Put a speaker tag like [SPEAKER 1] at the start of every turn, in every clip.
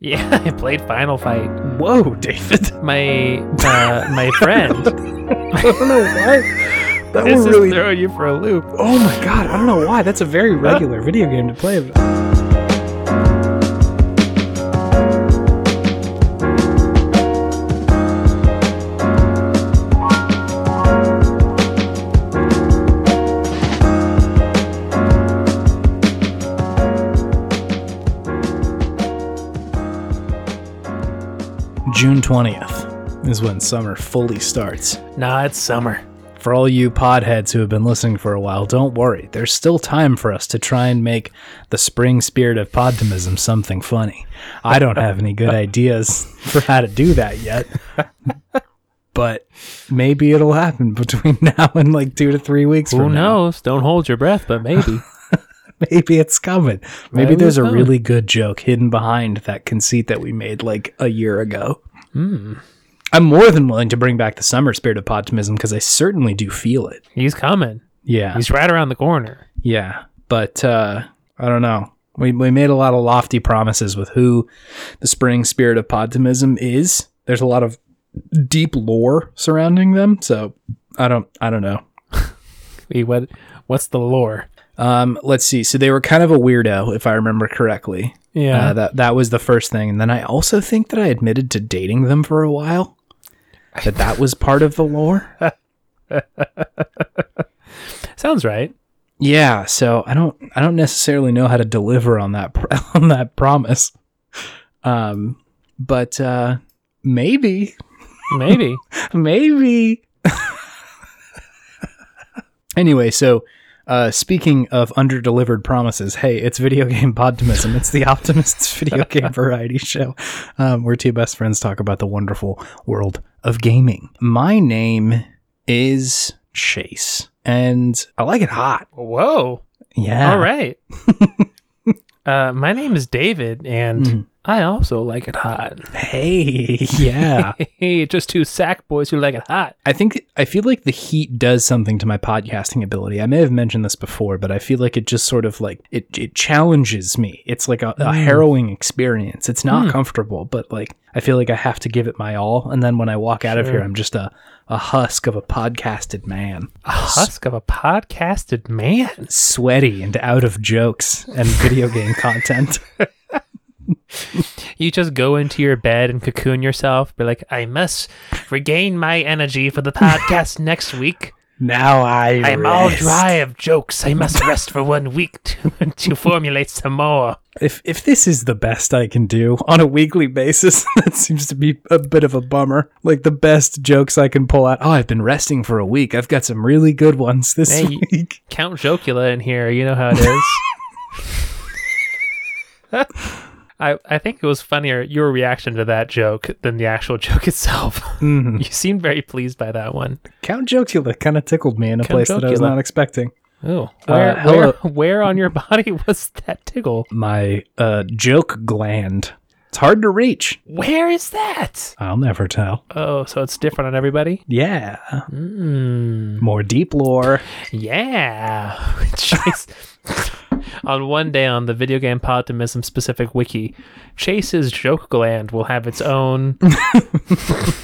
[SPEAKER 1] Yeah, I played Final Fight.
[SPEAKER 2] Whoa, David.
[SPEAKER 1] My uh, my friend.
[SPEAKER 2] I don't know why. That
[SPEAKER 1] this is
[SPEAKER 2] one really.
[SPEAKER 1] throwing you for a loop.
[SPEAKER 2] Oh my god, I don't know why. That's a very regular video game to play. June 20th is when summer fully starts.
[SPEAKER 1] Nah, it's summer.
[SPEAKER 2] For all you podheads who have been listening for a while, don't worry. There's still time for us to try and make the spring spirit of podtimism something funny. I don't have any good ideas for how to do that yet. But maybe it'll happen between now and like two to three weeks
[SPEAKER 1] Who
[SPEAKER 2] from now.
[SPEAKER 1] knows? Don't hold your breath, but maybe.
[SPEAKER 2] Maybe it's coming. Maybe
[SPEAKER 1] Maybe
[SPEAKER 2] there's
[SPEAKER 1] it's
[SPEAKER 2] a
[SPEAKER 1] coming.
[SPEAKER 2] really good joke hidden behind that conceit that we made like a year ago.
[SPEAKER 1] Hmm.
[SPEAKER 2] I'm more than willing to bring back the summer spirit of podtimism because I certainly do feel it.
[SPEAKER 1] He's coming.
[SPEAKER 2] Yeah.
[SPEAKER 1] He's right around the corner.
[SPEAKER 2] Yeah, but uh, I don't know. We, we made a lot of lofty promises with who the spring spirit of podtimism is. There's a lot of deep lore surrounding them, so I don't I don't know.
[SPEAKER 1] He, what? What's the lore?
[SPEAKER 2] Um, let's see. So they were kind of a weirdo, if I remember correctly.
[SPEAKER 1] Yeah,
[SPEAKER 2] Uh, that that was the first thing, and then I also think that I admitted to dating them for a while. That that was part of the lore.
[SPEAKER 1] sounds right.
[SPEAKER 2] Yeah, so I don't I don't necessarily know how to deliver on that pr- on that promise. Um but uh maybe
[SPEAKER 1] Maybe.
[SPEAKER 2] maybe Anyway, so uh speaking of underdelivered promises, hey, it's video game podtimism. It's the optimist's video game variety show. Um where two best friends talk about the wonderful world of gaming. My name is Chase and I like it hot.
[SPEAKER 1] Whoa.
[SPEAKER 2] Yeah.
[SPEAKER 1] All right. uh, my name is David, and
[SPEAKER 2] Mhm.
[SPEAKER 1] I also like it hot.
[SPEAKER 2] Hey, yeah.
[SPEAKER 1] Hey, just two sack boys who like it hot.
[SPEAKER 2] I think I feel like the heat does something to my podcasting ability. I may have mentioned this before, but I feel like it just sort of like it it challenges me. It's like a, a
[SPEAKER 1] Mm.
[SPEAKER 2] harrowing experience. It's not
[SPEAKER 1] Hmm.
[SPEAKER 2] comfortable, but like I feel like I have to give it my all. And then when I walk out of here,
[SPEAKER 1] Sure.
[SPEAKER 2] I'm just a a husk of a podcasted man,
[SPEAKER 1] A husk of a podcasted man.
[SPEAKER 2] sweaty and out of jokes and video game content.
[SPEAKER 1] You just go into your bed and cocoon yourself. Be like, I must regain my energy for the podcast next week.
[SPEAKER 2] Now I
[SPEAKER 1] I am all
[SPEAKER 2] rest.
[SPEAKER 1] dry of jokes. I must rest for one week to, to formulate some more.
[SPEAKER 2] If if this is the best I can do on a weekly basis, that seems to be a bit of a bummer. Like the best jokes I can pull out. Oh, I've been resting for a week. I've got some really good ones this
[SPEAKER 1] Hey, you-
[SPEAKER 2] week.
[SPEAKER 1] Count Jocula in here. You know how it is. I, I think it was funnier your reaction to that joke than the actual joke itself.
[SPEAKER 2] Mhm.
[SPEAKER 1] you seemed very pleased by that one.
[SPEAKER 2] Count Jokula kind of tickled me in a
[SPEAKER 1] Count
[SPEAKER 2] place that I was
[SPEAKER 1] Chocula.
[SPEAKER 2] not expecting.
[SPEAKER 1] Oh, where,
[SPEAKER 2] hello.
[SPEAKER 1] where, where on your body was that tickle?
[SPEAKER 2] My uh, joke gland. It's hard to reach.
[SPEAKER 1] Where is that?
[SPEAKER 2] I'll never tell.
[SPEAKER 1] Oh, so it's different on everybody?
[SPEAKER 2] Yeah,
[SPEAKER 1] Mm,
[SPEAKER 2] Hmm. more deep lore.
[SPEAKER 1] yeah. Chase. on one day on the video game podtimism specific wiki, Chase's joke gland will have its own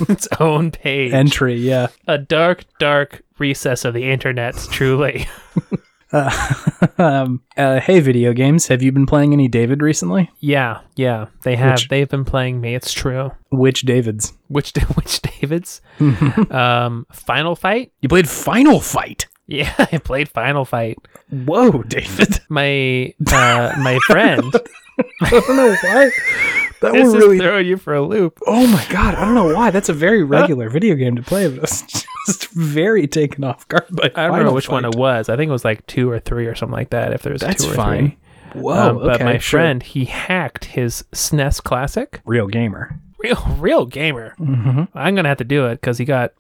[SPEAKER 1] its own page.
[SPEAKER 2] Entry, yeah.
[SPEAKER 1] a dark, dark recess of the internet, truly.
[SPEAKER 2] Uh, um, uh, hey, video games. Have you been playing any David recently?
[SPEAKER 1] yeah, yeah. They have
[SPEAKER 2] Which-
[SPEAKER 1] they've been playing me, it's true.
[SPEAKER 2] Which Davids?
[SPEAKER 1] Which which David's? um Final Fight?
[SPEAKER 2] You played Final Fight.
[SPEAKER 1] Yeah, I played Final Fight.
[SPEAKER 2] Whoa, David.
[SPEAKER 1] My uh, my friend.
[SPEAKER 2] I don't know why. That
[SPEAKER 1] this is
[SPEAKER 2] one really.
[SPEAKER 1] throwing you for a loop.
[SPEAKER 2] oh my god, I don't know why. That's a very regular video game to play, but I was just very taken off guard by.
[SPEAKER 1] I don't remember which one it was. I think it was like two or three or something like that. If there was
[SPEAKER 2] That's
[SPEAKER 1] two or
[SPEAKER 2] fine.
[SPEAKER 1] three.
[SPEAKER 2] Whoa,
[SPEAKER 1] Um,
[SPEAKER 2] okay,
[SPEAKER 1] but my
[SPEAKER 2] sure.
[SPEAKER 1] friend, he hacked his SNES Classic.
[SPEAKER 2] real gamer.
[SPEAKER 1] Real, real gamer.
[SPEAKER 2] Mm-hmm.
[SPEAKER 1] I'm gonna have to do it because he got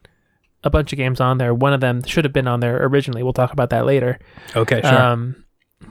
[SPEAKER 1] a bunch of games on there. One of them should have been on there originally. We'll talk about that later.
[SPEAKER 2] Okay,
[SPEAKER 1] Um,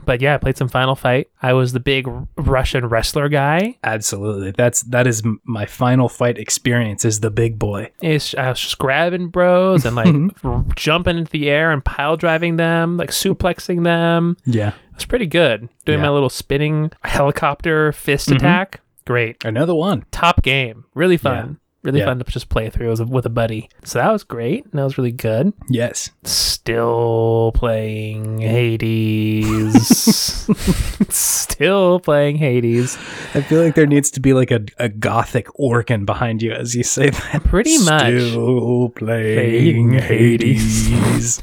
[SPEAKER 1] but yeah, I played some Final Fight. I was the big R- Russian wrestler guy.
[SPEAKER 2] Absolutely. That's that is m- my final fight experience. Is the big boy.
[SPEAKER 1] It's, I was just grabbing bros and like r- jumping into the air and pile driving them, like suplexing them.
[SPEAKER 2] Yeah.
[SPEAKER 1] It was pretty good. Doing
[SPEAKER 2] Yeah. Mm-hmm.
[SPEAKER 1] my little spinning helicopter fist attack. Great.
[SPEAKER 2] Another one.
[SPEAKER 1] Top game. Really fun.
[SPEAKER 2] Yeah.
[SPEAKER 1] Really
[SPEAKER 2] Yeah.
[SPEAKER 1] fun to just play through as a, with a buddy. So that was great. and That was really good.
[SPEAKER 2] Yes.
[SPEAKER 1] Still playing Hades. Still playing Hades.
[SPEAKER 2] I feel like there needs to be like a, a gothic organ behind you as you say that.
[SPEAKER 1] Pretty much.
[SPEAKER 2] Still
[SPEAKER 1] Playing
[SPEAKER 2] playing Hades.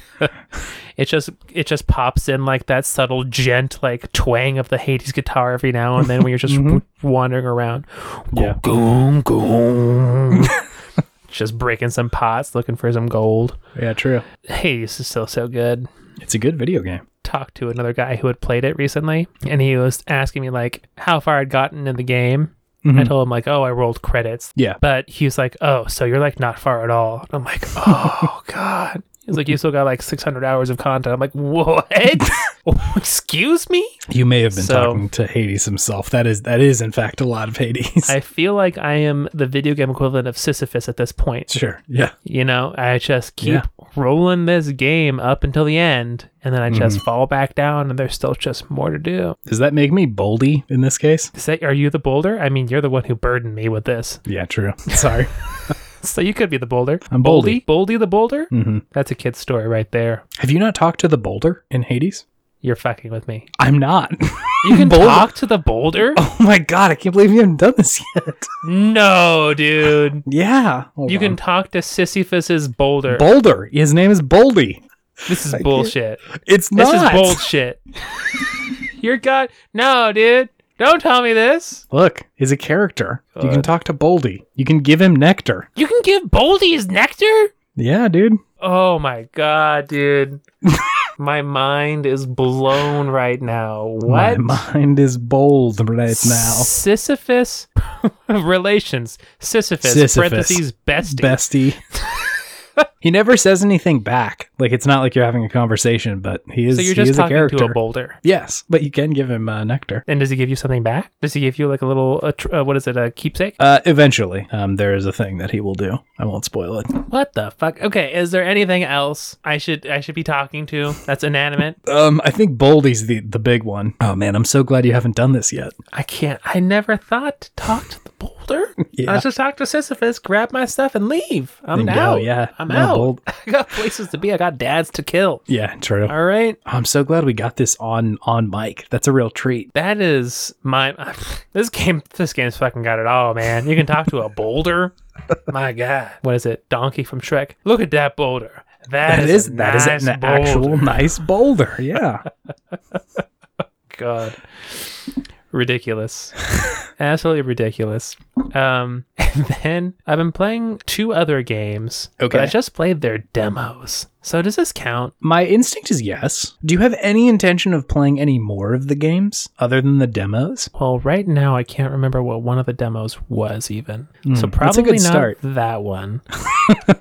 [SPEAKER 1] It just it just pops in like that subtle gent like twang of the Hades guitar every now and then when you're just
[SPEAKER 2] Mhm.
[SPEAKER 1] wandering around.
[SPEAKER 2] Yeah.
[SPEAKER 1] Goom, goom. just breaking some pots looking for some gold.
[SPEAKER 2] yeah, true.
[SPEAKER 1] Hades is still so good.
[SPEAKER 2] It's a good video game.
[SPEAKER 1] talked to another guy who had played it recently and he was asking me like how far I'd gotten in the game. I told him like, "Oh, I rolled credits."
[SPEAKER 2] Yeah.
[SPEAKER 1] But he was like, "Oh, so you're like not far at all." And I'm like, "Oh god." He's like, "You still got like 600 hours of content." I'm like, "What? Excuse me?"
[SPEAKER 2] You may have been
[SPEAKER 1] So-
[SPEAKER 2] talking to Hades himself. That is that is in fact a lot of Hades.
[SPEAKER 1] I feel like I am the video game equivalent of Sisyphus at this point.
[SPEAKER 2] sure. Yeah.
[SPEAKER 1] You know, I just keep
[SPEAKER 2] Yeah.
[SPEAKER 1] rolling this game up until the end, and then I just
[SPEAKER 2] Mm-hmm.
[SPEAKER 1] fall back down, and there's still just more to do.
[SPEAKER 2] Does that make me boldy in this case?
[SPEAKER 1] Is that, are you the boulder? I mean, you're the one who burdened me with this.
[SPEAKER 2] Yeah, true. Sorry.
[SPEAKER 1] So you could be the boulder.
[SPEAKER 2] I'm Boldy.
[SPEAKER 1] Boldy the boulder?
[SPEAKER 2] Mhm.
[SPEAKER 1] That's a kid's story right there.
[SPEAKER 2] Have you not talked to the boulder in Hades?
[SPEAKER 1] You're fucking with me.
[SPEAKER 2] I'm not.
[SPEAKER 1] You can
[SPEAKER 2] Boulder?
[SPEAKER 1] talk to the boulder?
[SPEAKER 2] oh my god, I can't believe you haven't done this yet.
[SPEAKER 1] No, dude.
[SPEAKER 2] yeah. Hold
[SPEAKER 1] You
[SPEAKER 2] on.
[SPEAKER 1] can talk to Sisyphus's boulder.
[SPEAKER 2] Boulder. His name is Boldy.
[SPEAKER 1] this is
[SPEAKER 2] can't-
[SPEAKER 1] bullshit.
[SPEAKER 2] It's
[SPEAKER 1] This is
[SPEAKER 2] not.
[SPEAKER 1] bullshit. You're god. No, dude. Don't tell me this.
[SPEAKER 2] Look, he's a character. You can
[SPEAKER 1] God.
[SPEAKER 2] talk to Boldy. You can give him nectar.
[SPEAKER 1] You can give Boldy his nectar?
[SPEAKER 2] Yeah, dude.
[SPEAKER 1] Oh my god, dude. my mind is blown right now. What?
[SPEAKER 2] My mind is bold right now.
[SPEAKER 1] Sisyphus relations. Sisyphus,
[SPEAKER 2] Sisyphus.
[SPEAKER 1] parentheses bestie.
[SPEAKER 2] Bestie. he never says anything back. Like it's not like you're having a conversation, but he is.
[SPEAKER 1] so you're
[SPEAKER 2] he
[SPEAKER 1] just
[SPEAKER 2] is a
[SPEAKER 1] talking
[SPEAKER 2] character.
[SPEAKER 1] to a boulder.
[SPEAKER 2] Yes, but you can give him uh, nectar.
[SPEAKER 1] And does he give you something back? Does he give you like a little a tr- uh, what is it a keepsake?
[SPEAKER 2] Uh, eventually, um, there is a thing that he will do. I won't spoil it.
[SPEAKER 1] What the fuck? Okay, is there anything else I should I should be talking to that's inanimate?
[SPEAKER 2] Um, I think Boldy's the the big one. Oh man, I'm so glad you haven't done this yet.
[SPEAKER 1] I can't. I never thought to talk to the boulder.
[SPEAKER 2] Yeah.
[SPEAKER 1] I just talk to Sisyphus, grab my stuff, and leave. I'm
[SPEAKER 2] And go,
[SPEAKER 1] out.
[SPEAKER 2] yeah.
[SPEAKER 1] I'm
[SPEAKER 2] No,
[SPEAKER 1] out.
[SPEAKER 2] bold.
[SPEAKER 1] I got places to be. I got dads to kill.
[SPEAKER 2] Yeah, true.
[SPEAKER 1] All right.
[SPEAKER 2] I'm so glad we got this on on mic. That's a real treat.
[SPEAKER 1] That is my this game. This game's fucking got it all, man. You can talk to a boulder. My God, what is it? Donkey from Shrek. Look at that boulder.
[SPEAKER 2] That is
[SPEAKER 1] a
[SPEAKER 2] that is
[SPEAKER 1] nice
[SPEAKER 2] an actual
[SPEAKER 1] boulder.
[SPEAKER 2] nice boulder. Yeah.
[SPEAKER 1] God, ridiculous, absolutely ridiculous. Um, and then I've been playing two other games. but
[SPEAKER 2] Okay.
[SPEAKER 1] I just played their demos. So does this count?
[SPEAKER 2] My instinct is yes. Do you have any intention of playing any more of the games other than the demos?
[SPEAKER 1] Well, right now I can't remember what one of the demos was even. so
[SPEAKER 2] Hmm, that's a
[SPEAKER 1] probably
[SPEAKER 2] good
[SPEAKER 1] not
[SPEAKER 2] start.
[SPEAKER 1] that one.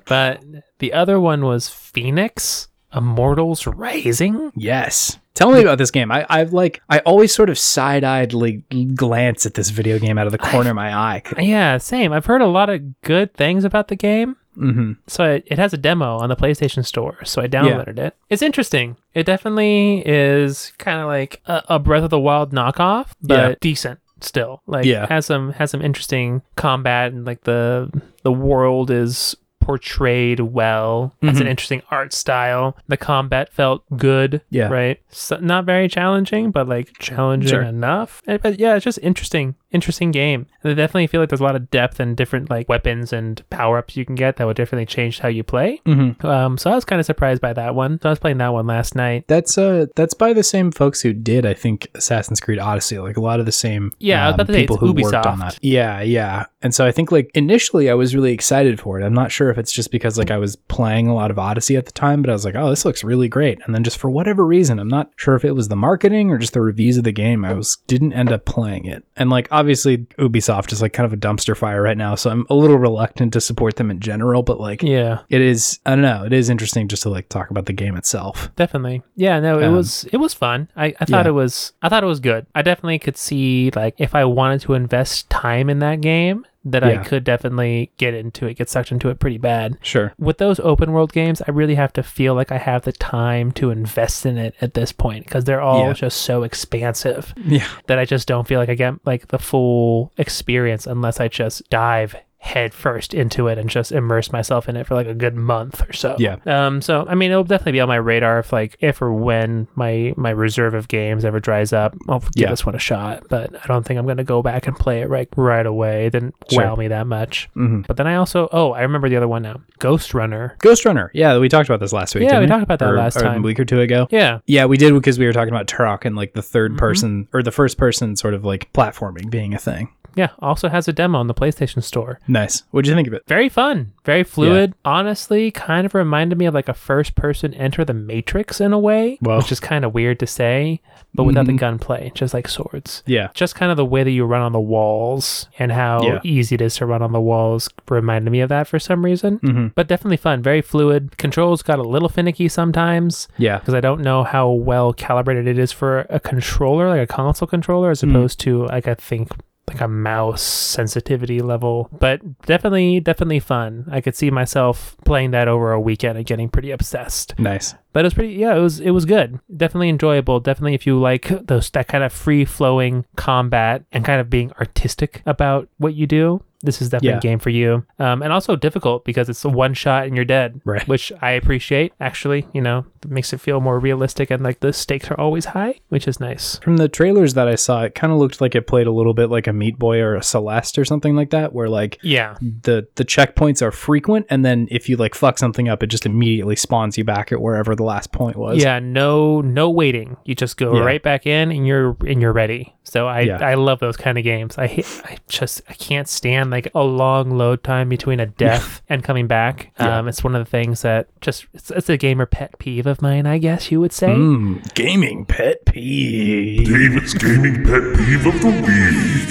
[SPEAKER 1] but the other one was Phoenix Immortals Rising.
[SPEAKER 2] Yes. Tell me about this game. I, I've like I always sort of side-eyedly glance at this video game out of the corner of my eye.
[SPEAKER 1] Yeah, same. I've heard a lot of good things about the game.
[SPEAKER 2] Mm-hmm.
[SPEAKER 1] So it, it has a demo on the PlayStation Store. So I downloaded it. It's interesting. It definitely is kind of like a, a Breath of the Wild knockoff, but
[SPEAKER 2] Yeah.
[SPEAKER 1] decent still. Like
[SPEAKER 2] Yeah.
[SPEAKER 1] has some has some interesting combat and like the the world is portrayed well. It's an
[SPEAKER 2] Mhm.
[SPEAKER 1] interesting art style. The combat felt good.
[SPEAKER 2] Yeah.
[SPEAKER 1] Right. So not very challenging, but like challenging
[SPEAKER 2] Sure.
[SPEAKER 1] enough. And- But yeah, it's just interesting, interesting game. And I definitely feel like there's a lot of depth and different like weapons and power ups you can get that would definitely change how you play.
[SPEAKER 2] Mm-hmm.
[SPEAKER 1] Um, so I was kind of surprised by that one. So I was playing that one last night.
[SPEAKER 2] That's uh that's by the same folks who did I think Assassin's Creed Odyssey. Like a lot of the same
[SPEAKER 1] Yeah, I was
[SPEAKER 2] um,
[SPEAKER 1] about to say,
[SPEAKER 2] people
[SPEAKER 1] it's
[SPEAKER 2] who worked on
[SPEAKER 1] Ubisoft.
[SPEAKER 2] that. Yeah, yeah. And so I think like initially I was really excited for it. I'm not sure if it's just because like I was playing a lot of Odyssey at the time, but I was like, oh, this looks really great. And then just for whatever reason, I'm not sure if it was the marketing or just the reviews of the game. I was didn't end up playing it. And like obviously Ubisoft is like kind of a dumpster fire right now, so I'm a little reluctant to support them in general. But like
[SPEAKER 1] Yeah,
[SPEAKER 2] it is, I don't know, it is interesting just to like talk about the game itself.
[SPEAKER 1] definitely. Yeah, no, it
[SPEAKER 2] Um,
[SPEAKER 1] was it was fun. I, I thought
[SPEAKER 2] yeah.
[SPEAKER 1] it was I thought it was good. I definitely could see like if I wanted to invest time in that game, that
[SPEAKER 2] Yeah.
[SPEAKER 1] I could definitely get into it, get sucked into it pretty bad.
[SPEAKER 2] Sure.
[SPEAKER 1] With those open world games, I really have to feel like I have the time to invest in it at this point because they're all
[SPEAKER 2] Yeah.
[SPEAKER 1] just so expansive
[SPEAKER 2] Yeah.
[SPEAKER 1] that I just don't feel like I get like the full experience unless I just dive head first into it and just immerse myself in it for like a good month or so.
[SPEAKER 2] Yeah.
[SPEAKER 1] Um so I mean it'll definitely be on my radar if like if or when my my reserve of games ever dries up, I'll give
[SPEAKER 2] Yeah.
[SPEAKER 1] this one a shot. But I don't think I'm gonna go back and play it right right away. It didn't
[SPEAKER 2] Sure.
[SPEAKER 1] wow me that much.
[SPEAKER 2] hmm
[SPEAKER 1] But then I also oh, I remember the other one now. Ghost Runner.
[SPEAKER 2] Ghost Runner. Yeah, we talked about this last week.
[SPEAKER 1] Yeah,
[SPEAKER 2] didn't
[SPEAKER 1] we talked about that
[SPEAKER 2] Or-
[SPEAKER 1] last
[SPEAKER 2] or
[SPEAKER 1] time.
[SPEAKER 2] a week or two ago.
[SPEAKER 1] Yeah.
[SPEAKER 2] Yeah, we did because we were talking about Turok and like the 3rd
[SPEAKER 1] Mm-hmm.
[SPEAKER 2] person or the first person sort of like platforming being a thing.
[SPEAKER 1] Yeah. Also has a demo on the PlayStation store.
[SPEAKER 2] Nice. What'd you think of it?
[SPEAKER 1] very fun, very fluid. Honestly, kind of reminded me of like a first person enter the matrix in a way,
[SPEAKER 2] Wow.
[SPEAKER 1] which is kind of weird to say, but without the
[SPEAKER 2] Mm-hmm.
[SPEAKER 1] gunplay, just like swords.
[SPEAKER 2] Yeah.
[SPEAKER 1] Just kind of the way that you run on the walls and how
[SPEAKER 2] Yeah.
[SPEAKER 1] easy it is to run on the walls reminded me of that for some reason.
[SPEAKER 2] Mm-hmm.
[SPEAKER 1] But definitely fun, very fluid. Controls got a little finicky sometimes
[SPEAKER 2] Yeah.
[SPEAKER 1] because I don't know how well calibrated it is for a controller, like a console controller, as opposed to like I think like a mouse sensitivity level. But definitely, definitely fun. I could see myself playing that over a weekend and getting pretty obsessed.
[SPEAKER 2] Nice.
[SPEAKER 1] But it was pretty, yeah, it was it was good. Definitely enjoyable. Definitely if you like those that kind of free flowing combat and kind of being artistic about what you do. This is definitely
[SPEAKER 2] Yeah.
[SPEAKER 1] a game for you, um, and also difficult because it's a one shot and you're dead
[SPEAKER 2] Right.
[SPEAKER 1] which I appreciate. Actually, you know, it makes it feel more realistic and like the stakes are always high, which is nice.
[SPEAKER 2] From the trailers that I saw, it kind of looked like it played a little bit like a Meat Boy or a Celeste or something like that, where like
[SPEAKER 1] Yeah,
[SPEAKER 2] the the checkpoints are frequent, and then if you like fuck something up, it just immediately spawns you back at wherever the last point was.
[SPEAKER 1] yeah. No, no waiting. You just go
[SPEAKER 2] Yeah.
[SPEAKER 1] right back in, and you're and you're ready. So I
[SPEAKER 2] Yeah.
[SPEAKER 1] I love those kind of games. I hate, I just I can't stand like a long load time between a death and coming back.
[SPEAKER 2] Yeah.
[SPEAKER 1] Um, it's one of the things that just it's, it's a gamer pet peeve of mine, I guess you would say.
[SPEAKER 2] Mm, gaming pet peeve.
[SPEAKER 3] David's gaming pet peeve of the week.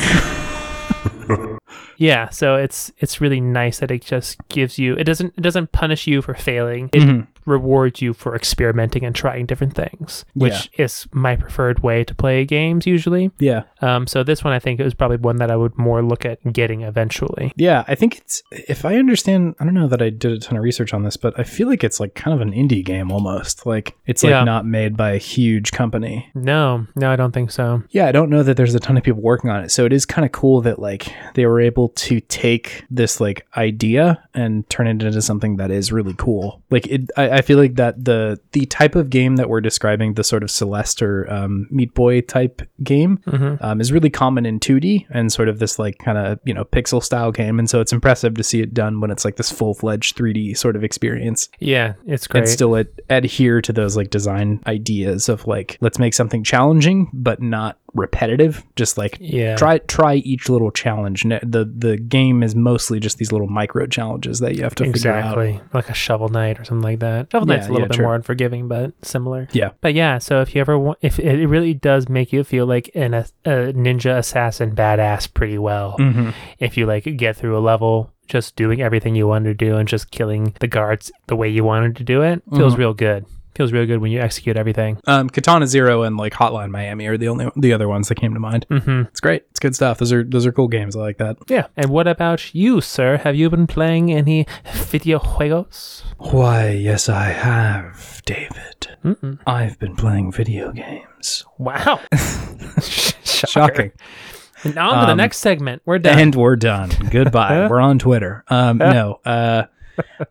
[SPEAKER 1] Yeah, so it's it's really nice that it just gives you it doesn't it doesn't punish you for failing. It
[SPEAKER 2] Mm-hmm.
[SPEAKER 1] rewards you for experimenting and trying different things, which is my preferred way to play games usually.
[SPEAKER 2] Yeah.
[SPEAKER 1] Um, so this one I think is probably one that I would more look at getting eventually.
[SPEAKER 2] Yeah, I think it's if I understand, I don't know that I did a ton of research on this, but I feel like it's like kind of an indie game almost. Like it's like
[SPEAKER 1] Yeah.
[SPEAKER 2] not made by a huge company.
[SPEAKER 1] No, no, I don't think so.
[SPEAKER 2] Yeah, I don't know that there's a ton of people working on it. So it is kind of cool that like they were able to take this like idea and turn it into something that is really cool. Like it, I, I feel like that the the type of game that we're describing, the sort of Celeste or um, Meat Boy type game,
[SPEAKER 1] Mm-hmm.
[SPEAKER 2] um, is really common in 2D and sort of this like kind of you know pixel style game. And so it's impressive to see it done when it's like this full fledged 3D sort of experience
[SPEAKER 1] Yeah, it's great.
[SPEAKER 2] and still ad- adhere to those like design ideas of like let's make something challenging but not repetitive just like
[SPEAKER 1] yeah.
[SPEAKER 2] try try each little challenge Ne- the the game is mostly just these little micro challenges that you have to figure out
[SPEAKER 1] Exactly. Like a shovel knight or something like that. Shovel knight's
[SPEAKER 2] Yeah,
[SPEAKER 1] a little
[SPEAKER 2] yeah,
[SPEAKER 1] bit
[SPEAKER 2] true.
[SPEAKER 1] more unforgiving, but similar.
[SPEAKER 2] Yeah.
[SPEAKER 1] But yeah, so if you ever want, if it really does make you feel like an a, a ninja assassin badass pretty well,
[SPEAKER 2] Mm-hmm.
[SPEAKER 1] if you like get through a level just doing everything you wanted to do and just killing the guards the way you wanted to do it, feels
[SPEAKER 2] Mm-hmm.
[SPEAKER 1] real good. Feels real good when you execute everything.
[SPEAKER 2] um katana zero and like hotline miami are the only the other ones that came to mind
[SPEAKER 1] hmm
[SPEAKER 2] it's great it's good stuff those are those are cool games i like that
[SPEAKER 1] Yeah. And what about you, sir? Have you been playing any video juegos?
[SPEAKER 2] why yes i have david
[SPEAKER 1] Mm-mm.
[SPEAKER 2] i've been playing video games
[SPEAKER 1] Wow.
[SPEAKER 2] shocking
[SPEAKER 1] And on to the
[SPEAKER 2] Um,
[SPEAKER 1] next segment. We're done.
[SPEAKER 2] And we're done. Goodbye. we're on Twitter. Um, no, uh,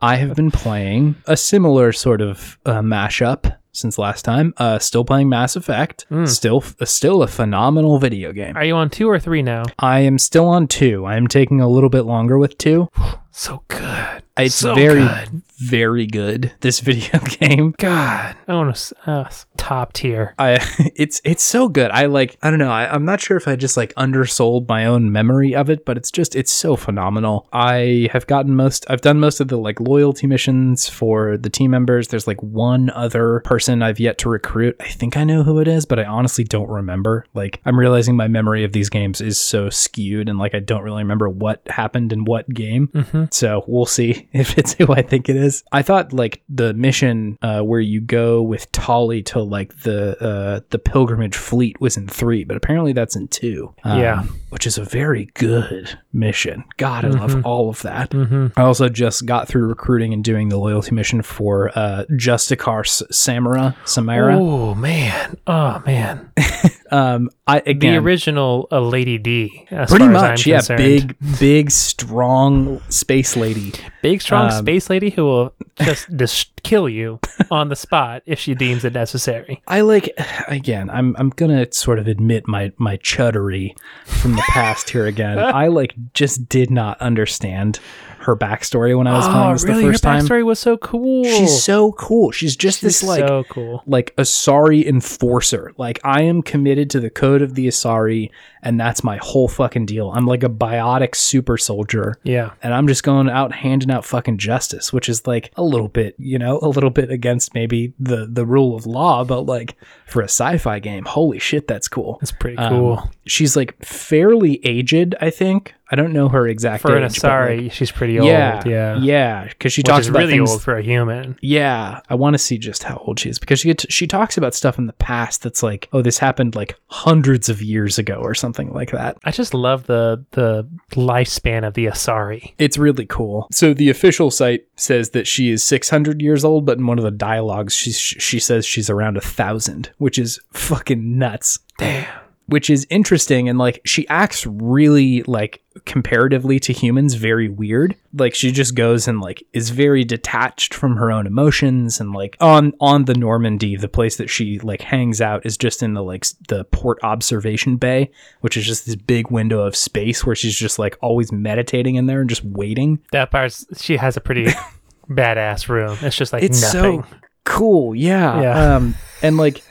[SPEAKER 2] I have been playing a similar sort of uh, mashup since last time. Uh, still playing Mass Effect. Still, still a phenomenal video game.
[SPEAKER 1] Are you on two or three now?
[SPEAKER 2] I am still on two. I am taking a little bit longer with two.
[SPEAKER 1] So good.
[SPEAKER 2] It's
[SPEAKER 1] So
[SPEAKER 2] very,
[SPEAKER 1] good.
[SPEAKER 2] very good. This video game.
[SPEAKER 1] God. I want to uh, top tier.
[SPEAKER 2] I it's it's so good. I like I don't know. I, I'm not sure if I just like undersold my own memory of it, but it's just it's so phenomenal. I have gotten most. I've done most of the like loyalty missions for the team members. There's like one other person I've yet to recruit. I think I know who it is, but I honestly don't remember. Like I'm realizing my memory of these games is so skewed, and like I don't really remember what happened in what game.
[SPEAKER 1] Mm-hmm.
[SPEAKER 2] So we'll see if it's who I think it is. I thought like the mission uh, where you go with Tolly to like the uh, the pilgrimage fleet was in three, but apparently that's in two. Um,
[SPEAKER 1] Yeah.
[SPEAKER 2] which is a very good mission. God, I love all of that.
[SPEAKER 1] Mm-hmm.
[SPEAKER 2] I also just got through recruiting and doing the loyalty mission for uh, Justicar S- Samara Samara.
[SPEAKER 1] Oh man. Oh man.
[SPEAKER 2] Um, I
[SPEAKER 1] The
[SPEAKER 2] again,
[SPEAKER 1] original uh, Lady D. As
[SPEAKER 2] pretty
[SPEAKER 1] far as
[SPEAKER 2] much,
[SPEAKER 1] I'm
[SPEAKER 2] yeah,
[SPEAKER 1] concerned.
[SPEAKER 2] big, big, strong space lady.
[SPEAKER 1] big, strong
[SPEAKER 2] um,
[SPEAKER 1] space lady who will just dis- kill you on the spot if she deems it necessary.
[SPEAKER 2] I like again. I'm I'm gonna sort of admit my my chuddery from the past here again. I like just did not understand her backstory when I was playing this the first
[SPEAKER 1] Ah, Oh, Her
[SPEAKER 2] time.
[SPEAKER 1] backstory was so cool.
[SPEAKER 2] She's so cool. She's just
[SPEAKER 1] She's
[SPEAKER 2] this like
[SPEAKER 1] so cool.
[SPEAKER 2] like Asari enforcer. Like I am committed to the code of the Asari, and that's my whole fucking deal. I'm like a biotic super soldier.
[SPEAKER 1] Yeah.
[SPEAKER 2] And I'm just going out handing out fucking justice, which is like a little bit, you know, a little bit against maybe the the rule of law, but like for a sci-fi game, holy shit, that's cool.
[SPEAKER 1] It's pretty
[SPEAKER 2] Um,
[SPEAKER 1] cool.
[SPEAKER 2] she's like fairly aged, I think. I don't know her exact
[SPEAKER 1] for an
[SPEAKER 2] age, but,
[SPEAKER 1] Asari,
[SPEAKER 2] like,
[SPEAKER 1] she's pretty old.
[SPEAKER 2] yeah,
[SPEAKER 1] Yeah.
[SPEAKER 2] yeah, because she
[SPEAKER 1] Which
[SPEAKER 2] talks
[SPEAKER 1] is
[SPEAKER 2] about
[SPEAKER 1] really
[SPEAKER 2] things
[SPEAKER 1] old for a human.
[SPEAKER 2] yeah, I want to see just how old she is because she gets, she talks about stuff in the past that's like, oh, this happened like hundreds of years ago or something like that.
[SPEAKER 1] I just love the the lifespan of the Asari.
[SPEAKER 2] It's really cool. So the official site says that she is 600 years old, but in one of the dialogues, she she says she's around a thousand, which is fucking nuts. Damn. Which is interesting, and like she acts really like comparatively to humans, very weird. Like she just goes and like is very detached from her own emotions, and like on on the Normandy, the place that she like hangs out is just in the like s- the port observation bay, which is just this big window of space where she's just like always meditating in there and just waiting.
[SPEAKER 1] That part's she has a pretty badass room. It's just like
[SPEAKER 2] It's
[SPEAKER 1] nothing.
[SPEAKER 2] so cool, yeah.
[SPEAKER 1] Yeah.
[SPEAKER 2] Um, and like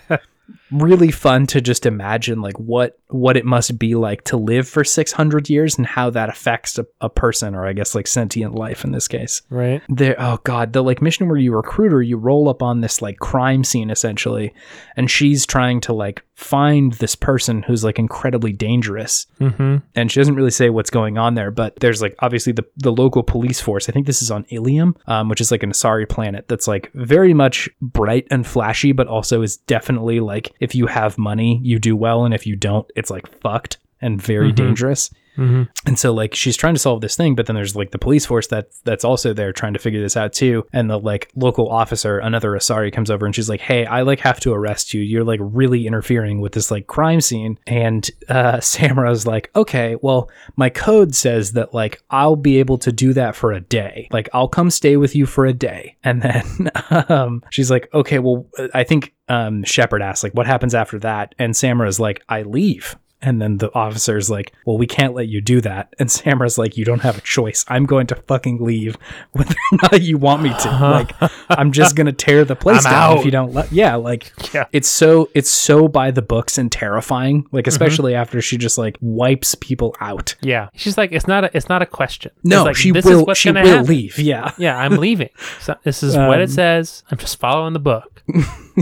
[SPEAKER 2] really fun to just imagine like what what it must be like to live for 600 years and how that affects a, a person or I guess like sentient life in this case.
[SPEAKER 1] right.
[SPEAKER 2] there oh god the like mission where you recruit her you roll up on this like crime scene essentially and she's trying to like find this person who's like incredibly dangerous
[SPEAKER 1] Mm-hmm.
[SPEAKER 2] and she doesn't really say what's going on there but there's like obviously the the local police force i think this is on ilium um, which is like an asari planet that's like very much bright and flashy but also is definitely like if you have money you do well and if you don't it's like fucked and very
[SPEAKER 1] Mhm.
[SPEAKER 2] dangerous
[SPEAKER 1] Mm-hmm.
[SPEAKER 2] and so like she's trying to solve this thing, but then there's like the police force that that's also there trying to figure this out too. And the like local officer, another Asari, comes over and she's like, "Hey, I like have to arrest you. You're like really interfering with this like crime scene." And uh, Samura's like, "Okay, well my code says that like I'll be able to do that for a day. Like I'll come stay with you for a day." And then um, she's like, "Okay, well I think." Um, Shepard asks, like, what happens after that? And Samura's like, I leave. And then the officer's like, Well, we can't let you do that. And Samura's like, You don't have a choice. I'm going to fucking leave whether or not you want me to. Like, I'm just gonna tear the place
[SPEAKER 1] I'm
[SPEAKER 2] down if
[SPEAKER 1] out.
[SPEAKER 2] you don't let Yeah, like
[SPEAKER 1] Yeah.
[SPEAKER 2] it's so it's so by the books and terrifying.
[SPEAKER 1] Mm-hmm.
[SPEAKER 2] Like, especially after she just like wipes people out.
[SPEAKER 1] Yeah. She's like, it's not a it's not a question.
[SPEAKER 2] No,
[SPEAKER 1] it's like,
[SPEAKER 2] she
[SPEAKER 1] this is
[SPEAKER 2] will
[SPEAKER 1] what's
[SPEAKER 2] she
[SPEAKER 1] gonna
[SPEAKER 2] will
[SPEAKER 1] happen.
[SPEAKER 2] leave. Um, Yeah.
[SPEAKER 1] Yeah, I'm leaving. So this is what it says. I'm just following the book.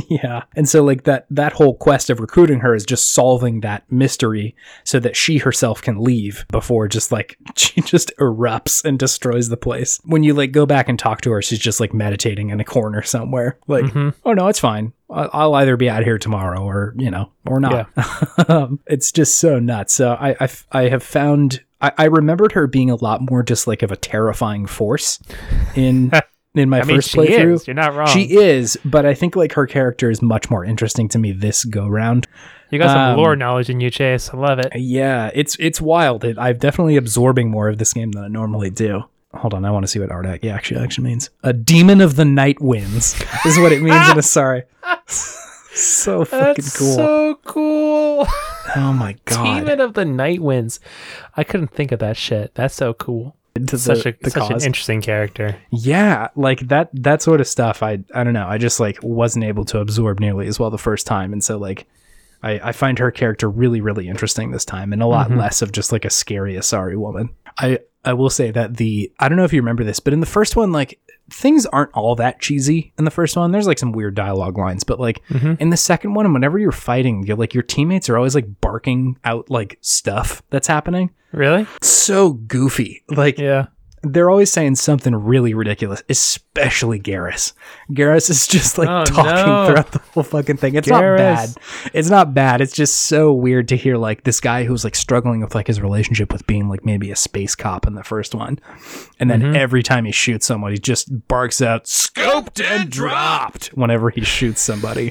[SPEAKER 2] yeah and so like that that whole quest of recruiting her is just solving that mystery so that she herself can leave before just like she just erupts and destroys the place when you like go back and talk to her she's just like meditating in a corner somewhere like oh no it's fine I- i'll either be out here tomorrow or you know or not um, it's just so nuts so i i, f- I have found I, I remembered her being a lot more just like of a terrifying force in in my
[SPEAKER 1] I mean,
[SPEAKER 2] first
[SPEAKER 1] she
[SPEAKER 2] playthrough
[SPEAKER 1] is. You're not wrong.
[SPEAKER 2] she is, but I think like her character is much more interesting to me this go round.
[SPEAKER 1] you got some
[SPEAKER 2] um,
[SPEAKER 1] lore knowledge in you, Chase. I love it.
[SPEAKER 2] Yeah, it's it's wild. It, I'm definitely absorbing more of this game than I normally do. Hold on, I want to see what Ardak yeah, actually actually means. A demon of the night winds is what it means in Asari. so fucking
[SPEAKER 1] That's
[SPEAKER 2] cool.
[SPEAKER 1] so cool.
[SPEAKER 2] oh my god.
[SPEAKER 1] Demon of the Night Winds. I couldn't think of that shit. That's so cool.
[SPEAKER 2] To
[SPEAKER 1] Such
[SPEAKER 2] the-
[SPEAKER 1] a
[SPEAKER 2] the
[SPEAKER 1] such
[SPEAKER 2] cause.
[SPEAKER 1] an interesting character.
[SPEAKER 2] yeah, like that that sort of stuff. I I don't know. I just like wasn't able to absorb nearly as well the first time, and so like I, I find her character really really interesting this time, and a lot less of just like a scary Asari woman. I I will say that the I don't know if you remember this, but in the first one, like things aren't all that cheesy in the first one. There's like some weird dialogue lines, but like in the second one, whenever you're fighting, you're like your teammates are always like barking out like stuff that's happening.
[SPEAKER 1] Really?
[SPEAKER 2] so goofy. Like
[SPEAKER 1] Yeah.
[SPEAKER 2] they're always saying something really ridiculous, especially Garrus. Garrus is just like
[SPEAKER 1] Oh,
[SPEAKER 2] talking
[SPEAKER 1] no.
[SPEAKER 2] throughout the whole fucking thing. It's
[SPEAKER 1] Garrus.
[SPEAKER 2] not bad. It's not bad. It's just so weird to hear like this guy who's like struggling with like his relationship with being like maybe a space cop in the first one. And then
[SPEAKER 1] Mm-hmm.
[SPEAKER 2] every time he shoots someone, he just barks out scoped and dropped whenever he shoots somebody.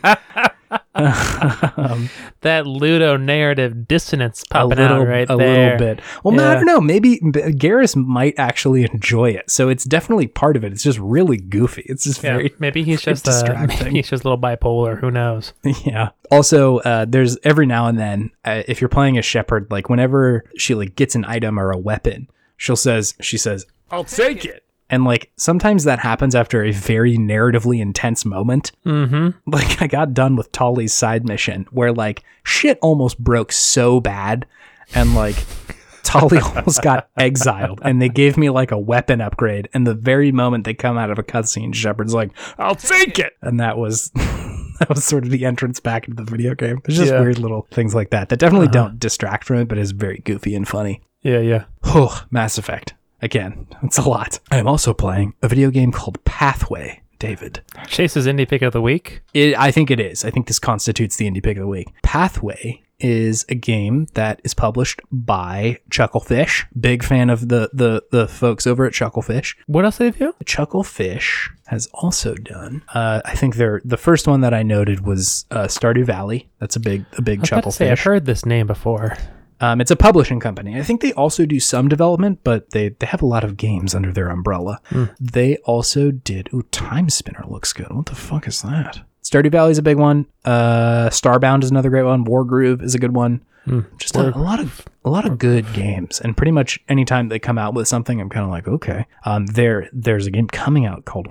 [SPEAKER 1] That ludo narrative dissonance popping out right
[SPEAKER 2] a
[SPEAKER 1] there.
[SPEAKER 2] little bit. Well, man, I
[SPEAKER 1] Yeah.
[SPEAKER 2] don't know. Maybe B- Garrus might actually enjoy it. So it's definitely part of it. It's just really goofy. It's just
[SPEAKER 1] Yeah,
[SPEAKER 2] very
[SPEAKER 1] maybe he's just uh,
[SPEAKER 2] distracting.
[SPEAKER 1] maybe he's just a little bipolar. Who knows?
[SPEAKER 2] yeah. Also, uh, there's every now and then uh, if you're playing a shepherd, like whenever she like gets an item or a weapon, she'll says she says, "I'll take it." And like sometimes that happens after a very narratively intense moment.
[SPEAKER 1] Mm-hmm.
[SPEAKER 2] like I got done with Tolly's side mission where like shit almost broke so bad and like Tolly almost got exiled and they gave me like a weapon upgrade and the very moment they come out of a cutscene Shepard's like I'll take it and that was that was sort of the entrance back into the video game it's just
[SPEAKER 1] Yeah.
[SPEAKER 2] weird little things like that that definitely don't distract from it but is very goofy and funny
[SPEAKER 1] Yeah, yeah.
[SPEAKER 2] Oh, Mass Effect again it's a lot I'm also playing a video game called Pathway David
[SPEAKER 1] Chase's indie pick of the week.
[SPEAKER 2] it, I think it is. I think this constitutes the indie pick of the week. Pathway is a game that is published by Chucklefish. Big fan of the the the folks over at Chucklefish.
[SPEAKER 1] What else did they do?
[SPEAKER 2] Chucklefish has also done. Uh, I think they're the first one that I noted was uh, Stardew Valley. That's a big a big
[SPEAKER 1] I was about to say, I've
[SPEAKER 2] Chucklefish.
[SPEAKER 1] heard this name before.
[SPEAKER 2] Um, it's a publishing company. I think they also do some development, but they, they have a lot of games under their umbrella. They also did. Ooh, Time Spinner looks good. What the fuck is that? Stardew Valley is a big one. Uh, Starbound is another great one. War Groove is a good one. Just a, a lot of a lot of good games, and pretty much anytime they come out with something, I'm kind of like, okay. Um, there there's a game coming out called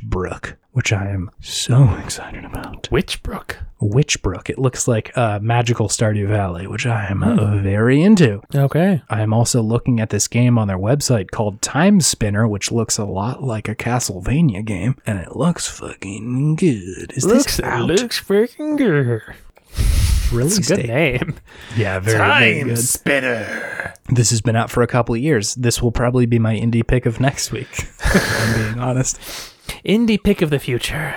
[SPEAKER 2] Witchbrook, which I am so excited about.
[SPEAKER 1] Witchbrook.
[SPEAKER 2] Witchbrook. It looks like uh, magical Stardew Valley, which I am uh, very into.
[SPEAKER 1] Okay.
[SPEAKER 2] I am also looking at this game on their website called Time Spinner, which looks a lot like a Castlevania game, and it looks fucking good. Is
[SPEAKER 1] Looks
[SPEAKER 2] this out?
[SPEAKER 1] looks freaking good.
[SPEAKER 2] Release
[SPEAKER 1] It's a good
[SPEAKER 2] date?
[SPEAKER 1] name.
[SPEAKER 2] Yeah, very, very good.
[SPEAKER 3] Spinner.
[SPEAKER 2] This has been out for a couple of years. This will probably be my indie pick of next week. if I'm being honest.
[SPEAKER 1] Indie pick of the future.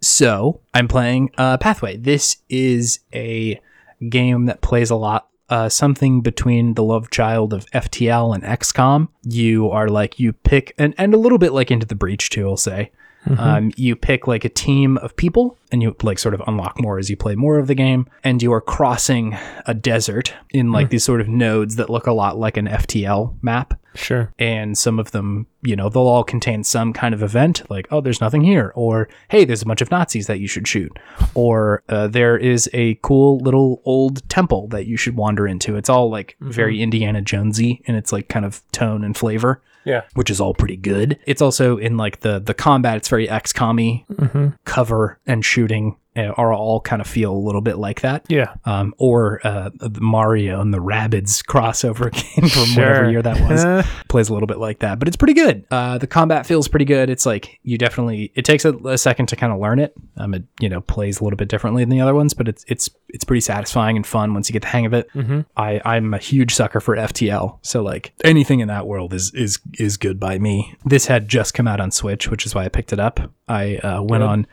[SPEAKER 2] So I'm playing uh, Pathway. This is a game that plays a lot. Uh, something between the love child of FTL and XCOM. You are like, you pick, and, and a little bit like Into the Breach, too, I'll say. Um, you pick like a team of people and you like sort of unlock more as you play more of the game. And you are crossing a desert in like these sort of nodes that look a lot like an FTL map
[SPEAKER 1] Sure.
[SPEAKER 2] and some of them, you know, they'll all contain some kind of event like, oh, there's nothing here, or hey, there's a bunch of Nazis that you should shoot, or uh, there is a cool little old temple that you should wander into. It's all like very Indiana Jonesy in its like kind of tone and flavor.
[SPEAKER 1] Yeah.
[SPEAKER 2] Which is all pretty good. It's also in like the the combat. It's very XCOM-y. Cover and shooting uh, are all kind of feel a little bit like that
[SPEAKER 1] Yeah.
[SPEAKER 2] um, or uh, the Mario and the Rabbids crossover game from whatever
[SPEAKER 1] Sure.
[SPEAKER 2] year that was plays a little bit like that, but it's pretty good. Uh, the combat feels pretty good. It's like you definitely it takes a, a second to kind of learn it. Um, it you know plays a little bit differently than the other ones, but it's it's it's pretty satisfying and fun once you get the hang of it. I I'm a huge sucker for FTL, so like anything in that world is is is good by me. This had just come out on Switch, which is why I picked it up. I uh, went on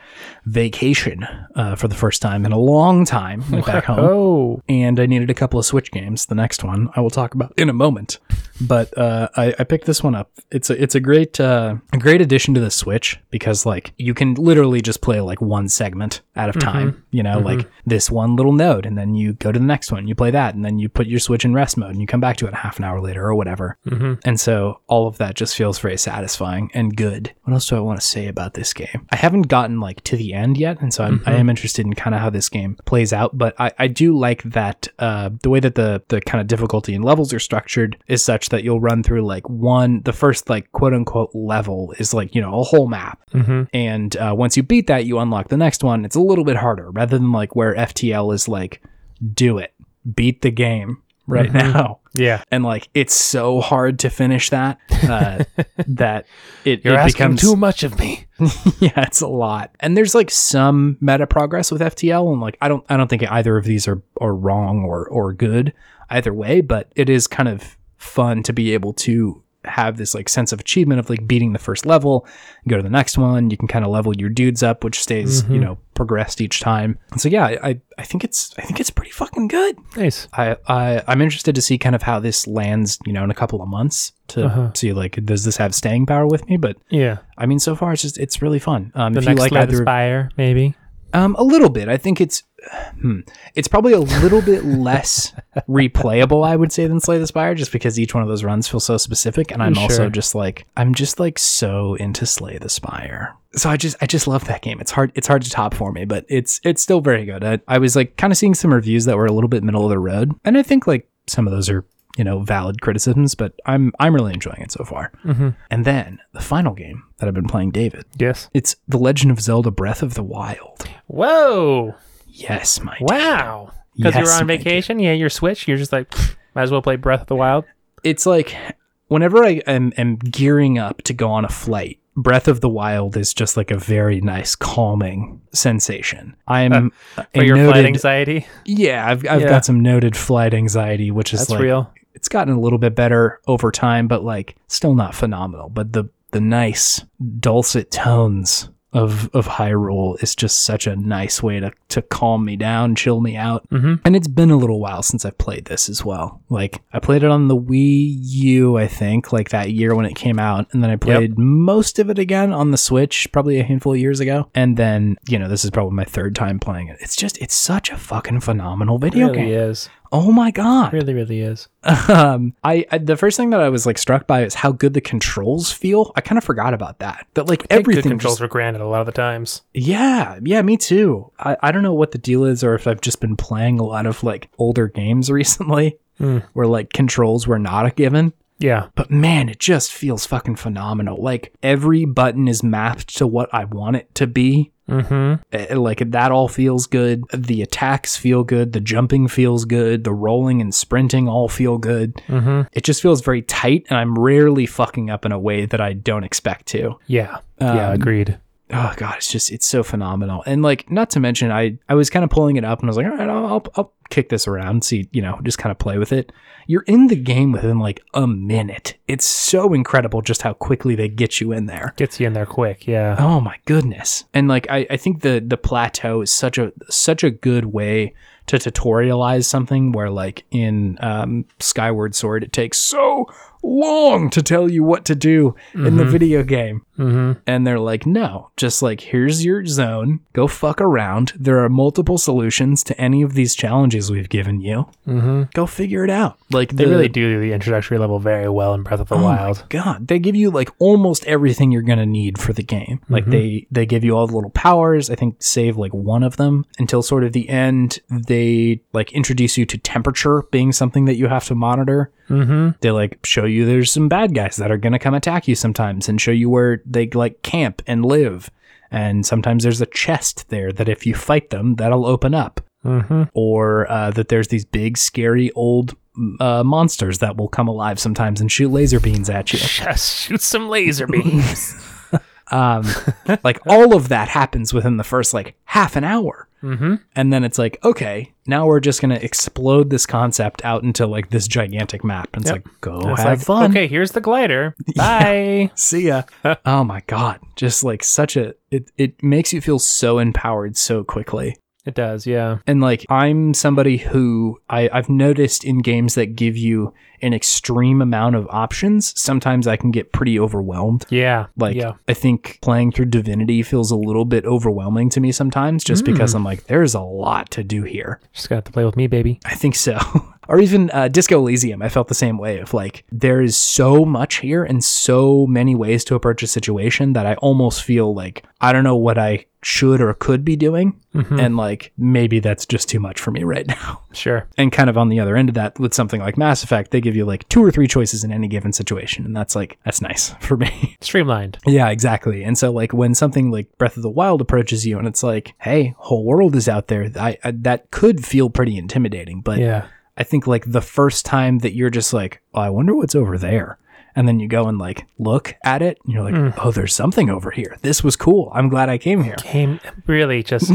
[SPEAKER 2] vacation uh, for the first time in a long time. Went back home
[SPEAKER 1] Oh.
[SPEAKER 2] and I needed a couple of Switch games. The next one I will talk about in a moment, but uh, I, I picked this one up. It's a it's a great uh, a great addition to the Switch because like you can literally just play like one segment at a time. You know, like this one little node, and then you go to the next one, you play that, and then you put your Switch in rest mode, and you come back to it half an hour later or whatever. And so all of that just feels very satisfying and good. What else do I want to say about this game? I haven't gotten like to the end yet, and so I'm, I am interested in kind of how this game plays out. But I, I do like that uh, the way that the the kind of difficulty and levels are structured is such that you'll run through like one the first like quote unquote level is like you know a whole map,
[SPEAKER 1] Mm-hmm.
[SPEAKER 2] and uh, once you beat that, you unlock the next one. It's a little bit harder rather than like where FTL is like, do it, beat the game right now
[SPEAKER 1] Yeah.
[SPEAKER 2] and like it's so hard to finish that uh, that it,
[SPEAKER 1] You're
[SPEAKER 2] it
[SPEAKER 1] asking
[SPEAKER 2] becomes
[SPEAKER 1] too much of me.
[SPEAKER 2] yeah it's a lot and there's like some meta progress with FTL and like I don't I don't think either of these are are wrong or or good either way but it is kind of fun to be able to have this like sense of achievement of like beating the first level, go to the next one. You can kind of level your dudes up, which stays
[SPEAKER 1] Mm-hmm.
[SPEAKER 2] you know progressed each time. And so yeah, I- I I think it's I think it's pretty fucking good.
[SPEAKER 1] Nice.
[SPEAKER 2] I, I I'm interested to see kind of how this lands, you know, in a couple of months to
[SPEAKER 1] Uh-huh.
[SPEAKER 2] see like does this have staying power with me? But
[SPEAKER 1] Yeah.
[SPEAKER 2] I mean, so far it's just it's really fun. Um,
[SPEAKER 1] The
[SPEAKER 2] if you
[SPEAKER 1] next
[SPEAKER 2] like
[SPEAKER 1] Let
[SPEAKER 2] either,
[SPEAKER 1] Aspire, maybe.
[SPEAKER 2] um, a little bit. I think it's hmm, it's probably a little bit less replayable, I would say, than Slay the Spire, just because each one of those runs feels so specific. And I'm also
[SPEAKER 1] Sure.
[SPEAKER 2] just like I'm just like so into Slay the Spire. So I just I just love that game. It's hard it's hard to top for me, but it's it's still very good. I, I was like kind of seeing some reviews that were a little bit middle of the road, and I think like some of those are you know valid criticisms, but I'm I'm really enjoying it so far.
[SPEAKER 1] Mm-hmm.
[SPEAKER 2] And then the final game that I've been playing, David.
[SPEAKER 1] Yes.
[SPEAKER 2] It's The Legend of Zelda: Breath of the Wild.
[SPEAKER 1] Whoa.
[SPEAKER 2] Yes, my
[SPEAKER 1] Wow. Because you
[SPEAKER 2] Yes,
[SPEAKER 1] were on
[SPEAKER 2] my dear.
[SPEAKER 1] vacation, yeah, your Switch, you're just like, "Pfft, might as well play Breath of the Wild.
[SPEAKER 2] It's like whenever I am, am gearing up to go on a flight, Breath of the Wild is just like a very nice calming sensation. I'm a
[SPEAKER 1] Uh, For your flight
[SPEAKER 2] noted-
[SPEAKER 1] anxiety.
[SPEAKER 2] Yeah, I've, I've
[SPEAKER 1] Yeah.
[SPEAKER 2] got some noted flight anxiety, which is
[SPEAKER 1] That's
[SPEAKER 2] like
[SPEAKER 1] real.
[SPEAKER 2] it's gotten a little bit better over time, but like still not phenomenal. But the the nice dulcet tones of of Hyrule is just such a nice way to to calm me down, chill me out.
[SPEAKER 1] Mhm.
[SPEAKER 2] And it's been a little while since I've played this as well. Like I played it on the Wii U, I think, like that year when it came out, and then I played most of it again on the Switch, probably a handful of years ago. And then you know this is probably my third time playing it. It's just it's such a fucking phenomenal video
[SPEAKER 1] really
[SPEAKER 2] game.
[SPEAKER 1] is.
[SPEAKER 2] Oh my god!
[SPEAKER 1] Really, really is.
[SPEAKER 2] um I, I the first thing that i was like struck by is how good the controls feel i kind of forgot about that that like
[SPEAKER 1] Take good
[SPEAKER 2] everything
[SPEAKER 1] controls
[SPEAKER 2] just-
[SPEAKER 1] for granted a lot of the times.
[SPEAKER 2] yeah yeah me too I, I don't know what the deal is or if i've just been playing a lot of like older games recently where like controls were not a given
[SPEAKER 1] Yeah.
[SPEAKER 2] but man it just feels fucking phenomenal like every button is mapped to what i want it to be
[SPEAKER 1] Mm-hmm.
[SPEAKER 2] Eh, like that all feels good the attacks feel good the jumping feels good the rolling and sprinting all feel good
[SPEAKER 1] Mm-hmm.
[SPEAKER 2] it just feels very tight and i'm rarely fucking up in a way that i don't expect to
[SPEAKER 1] Yeah. yeah.
[SPEAKER 2] Um,
[SPEAKER 1] Agreed.
[SPEAKER 2] oh god it's just it's so phenomenal and like not to mention i i was kind of pulling it up and i was like all right i'll i'll, I'll kick this around see you know just kind of play with it you're in the game within like a minute it's so incredible just how quickly they get you in there
[SPEAKER 1] Gets you in there quick. Yeah.
[SPEAKER 2] Oh my goodness. And like I, I think the the plateau is such a such a good way to tutorialize something where like in um, Skyward Sword it takes so long to tell you what to do in the video game.
[SPEAKER 1] Mm-hmm.
[SPEAKER 2] And they're like, no, just like here's your zone. Go fuck around. There are multiple solutions to any of these challenges we've given you.
[SPEAKER 1] Mm-hmm.
[SPEAKER 2] Go figure it out. Like
[SPEAKER 1] They
[SPEAKER 2] the-
[SPEAKER 1] really do the introductory level very well in Breath of the
[SPEAKER 2] Oh my
[SPEAKER 1] Wild.
[SPEAKER 2] God, they give you like almost everything you're gonna need for the game.
[SPEAKER 1] Mm-hmm.
[SPEAKER 2] Like they they give you all the little powers. I think save like one of them until sort of the end. They like introduce you to temperature being something that you have to monitor.
[SPEAKER 1] Mm-hmm.
[SPEAKER 2] They like show you there's some bad guys that are gonna come attack you sometimes, and show you where they like camp and live. And sometimes there's a chest there that if you fight them, that'll open up
[SPEAKER 1] Mm-hmm.
[SPEAKER 2] or uh, that there's these big, scary old uh, monsters that will come alive sometimes and shoot laser beams at you.
[SPEAKER 1] Just shoot some laser beams.
[SPEAKER 2] Um, like all of that happens within the first like half an hour.
[SPEAKER 1] mm-hmm.
[SPEAKER 2] And then it's like, okay, now we're just gonna explode this concept out into like this gigantic map. And it's
[SPEAKER 1] Yep.
[SPEAKER 2] like, go
[SPEAKER 1] It's like,
[SPEAKER 2] have fun.
[SPEAKER 1] okay, here's the glider. Bye.
[SPEAKER 2] See ya. oh my god, just like such a it. It makes you feel so empowered so quickly.
[SPEAKER 1] It does, yeah.
[SPEAKER 2] And like I'm somebody who I, I've noticed in games that give you an extreme amount of options, sometimes I can get pretty overwhelmed.
[SPEAKER 1] Yeah.
[SPEAKER 2] Like
[SPEAKER 1] yeah.
[SPEAKER 2] I think playing through Divinity feels a little bit overwhelming to me sometimes just because I'm like, there's a lot to do here.
[SPEAKER 1] Just gonna have to play with me, baby.
[SPEAKER 2] I think so. or even uh, Disco Elysium, I felt the same way of like, there is so much here and so many ways to approach a situation that I almost feel like I don't know what I should or could be doing. And like, maybe that's just too much for me right now.
[SPEAKER 1] Sure.
[SPEAKER 2] And kind of on the other end of that, with something like Mass Effect, they give you like two or three choices in any given situation. And that's like, that's nice for me.
[SPEAKER 1] Streamlined.
[SPEAKER 2] yeah, exactly. And so, like, when something like Breath of the Wild approaches you and it's like, hey, whole world is out there, I, I, that could feel pretty intimidating. But
[SPEAKER 1] Yeah.
[SPEAKER 2] I think like the first time that you're just like, oh, I wonder what's over there. And then you go and like look at it and you're like, oh, there's something over here. This was cool. I'm glad I came here.
[SPEAKER 1] Came really just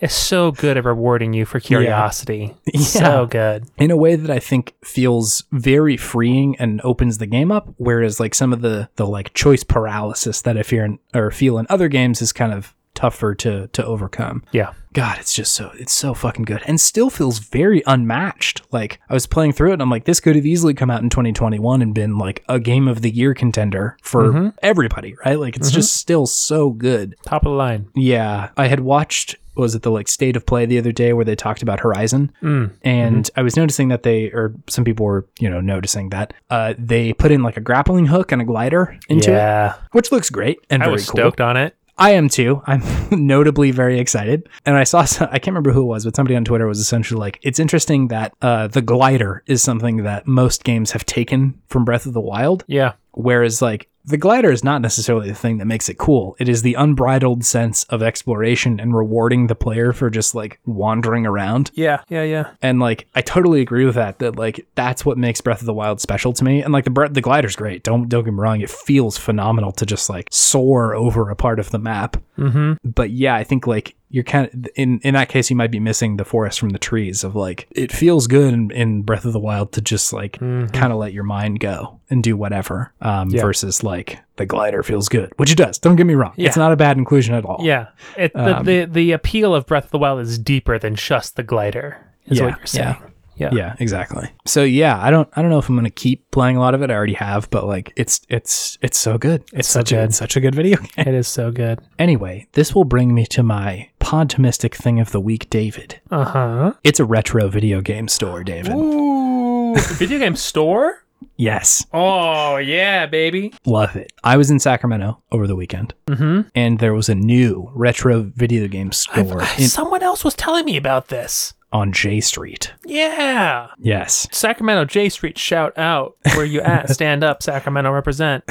[SPEAKER 1] is so good at rewarding you for curiosity. So good.
[SPEAKER 2] in a way that I think feels very freeing and opens the game up. Whereas like some of the the like choice paralysis that I fear in, or feel in other games is kind of tougher to to overcome.
[SPEAKER 1] Yeah.
[SPEAKER 2] God, it's just so it's so fucking good and still feels very unmatched. Like I was playing through it and I'm like, this could have easily come out in 2021 and been like a game of the year contender for
[SPEAKER 1] Mm-hmm.
[SPEAKER 2] everybody, right? Like it's just still so good.
[SPEAKER 1] Top of the line.
[SPEAKER 2] Yeah, I had watched was it the like state of play the other day where they talked about Horizon,
[SPEAKER 1] Mm.
[SPEAKER 2] and I was noticing that they or some people were you know noticing that uh, they put in like a grappling hook and a glider into it,
[SPEAKER 1] yeah.
[SPEAKER 2] which looks great and
[SPEAKER 1] I
[SPEAKER 2] very
[SPEAKER 1] was
[SPEAKER 2] cool.
[SPEAKER 1] stoked on it.
[SPEAKER 2] I am too. I'm notably very excited. And I saw, some, I can't remember who it was, but somebody on Twitter was essentially like, it's interesting that uh, the glider is something that most games have taken from Breath of the Wild.
[SPEAKER 1] Yeah.
[SPEAKER 2] Whereas, like, the glider is not necessarily the thing that makes it cool. It is the unbridled sense of exploration and rewarding the player for just like wandering around.
[SPEAKER 1] Yeah. Yeah. Yeah.
[SPEAKER 2] And like, I totally agree with that. That like, that's what makes Breath of the Wild special to me. And like, the bre- the glider's great. Don't don't get me wrong. It feels phenomenal to just like soar over a part of the map.
[SPEAKER 1] Mm-hmm.
[SPEAKER 2] But yeah, I think like you're kind of in in that case, you might be missing the forest from the trees. Of like, it feels good in, in Breath of the Wild to just like kind of let your mind go and do whatever. Um,
[SPEAKER 1] Mm-hmm. Yeah.
[SPEAKER 2] versus like the glider feels good, which it does. Don't get me wrong. It's
[SPEAKER 1] Yeah.
[SPEAKER 2] not a bad inclusion at all.
[SPEAKER 1] Yeah. It, the,
[SPEAKER 2] Um,
[SPEAKER 1] the the appeal of Breath of the Wild is deeper than just the glider. Is
[SPEAKER 2] Yeah,
[SPEAKER 1] what you're saying. Yeah.
[SPEAKER 2] yeah exactly so yeah i don't i don't know if i'm gonna keep playing a lot of it i already have but like it's it's it's so good it's, such
[SPEAKER 1] good.
[SPEAKER 2] a it's such a good video game
[SPEAKER 1] It is so good.
[SPEAKER 2] anyway this will bring me to my podtimistic thing of the week david
[SPEAKER 1] Uh huh.
[SPEAKER 2] it's a retro video game store david
[SPEAKER 1] Ooh. video game store.
[SPEAKER 2] yes
[SPEAKER 1] Oh yeah, baby.
[SPEAKER 2] love it i was in sacramento over the weekend
[SPEAKER 1] Mm-hmm.
[SPEAKER 2] and there was a new retro video game store in,
[SPEAKER 1] Someone else was telling me about this.
[SPEAKER 2] on j street
[SPEAKER 1] Yeah.
[SPEAKER 2] yes
[SPEAKER 1] Sacramento J Street, shout out where you at? Stand up, Sacramento represent.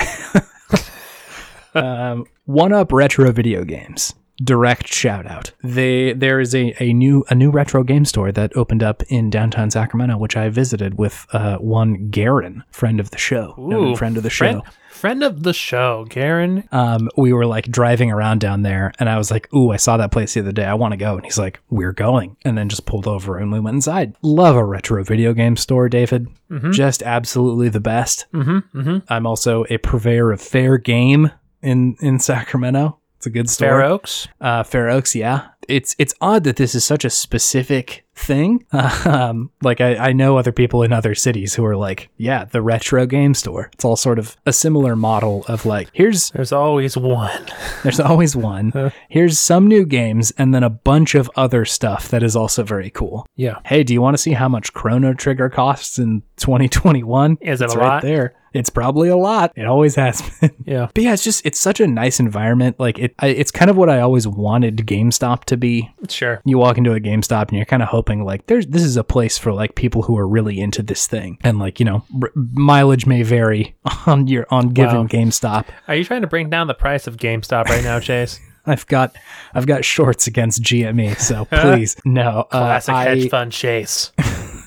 [SPEAKER 2] um, one up retro video games direct shout out they there is a, a new a new retro game store that opened up in downtown sacramento which i visited with uh, one Garin, friend of the show noted friend of the show
[SPEAKER 1] Friend, friend of the show, Garen.
[SPEAKER 2] um, we were like driving around down there and i was like ooh i saw that place the other day i want to go and he's like we're going and then just pulled over and we went inside love a retro video game store david just absolutely the best
[SPEAKER 1] Mm-hmm. Mm-hmm.
[SPEAKER 2] i'm also a purveyor of fair game in in sacramento it's a good store
[SPEAKER 1] Fair Oaks.
[SPEAKER 2] uh, Fair Oaks, yeah. It's it's odd that this is such a specific thing. Um, like I, I know other people in other cities who are like, yeah, the retro game store. It's all sort of a similar model of like, here's
[SPEAKER 1] There's always one.
[SPEAKER 2] there's always one, here's some new games, and then a bunch of other stuff that is also very cool.
[SPEAKER 1] Yeah.
[SPEAKER 2] Hey, do you want to see how much Chrono Trigger costs in 2021?
[SPEAKER 1] Is it
[SPEAKER 2] it's
[SPEAKER 1] a
[SPEAKER 2] right
[SPEAKER 1] lot?
[SPEAKER 2] there? It's probably a lot. It always has been.
[SPEAKER 1] Yeah.
[SPEAKER 2] But yeah, it's just it's such a nice environment. Like it, I, it's kind of what I always wanted GameStop to be.
[SPEAKER 1] Sure.
[SPEAKER 2] You walk into a GameStop and you're kind of hoping like there's this is a place for like people who are really into this thing, and like you know r- mileage may vary on your on given
[SPEAKER 1] Wow.
[SPEAKER 2] GameStop.
[SPEAKER 1] Are you trying to bring down the price of GameStop right now, Chase?
[SPEAKER 2] I've got I've got shorts against GME, so please no. uh,
[SPEAKER 1] Classic
[SPEAKER 2] I-
[SPEAKER 1] hedge fund Chase.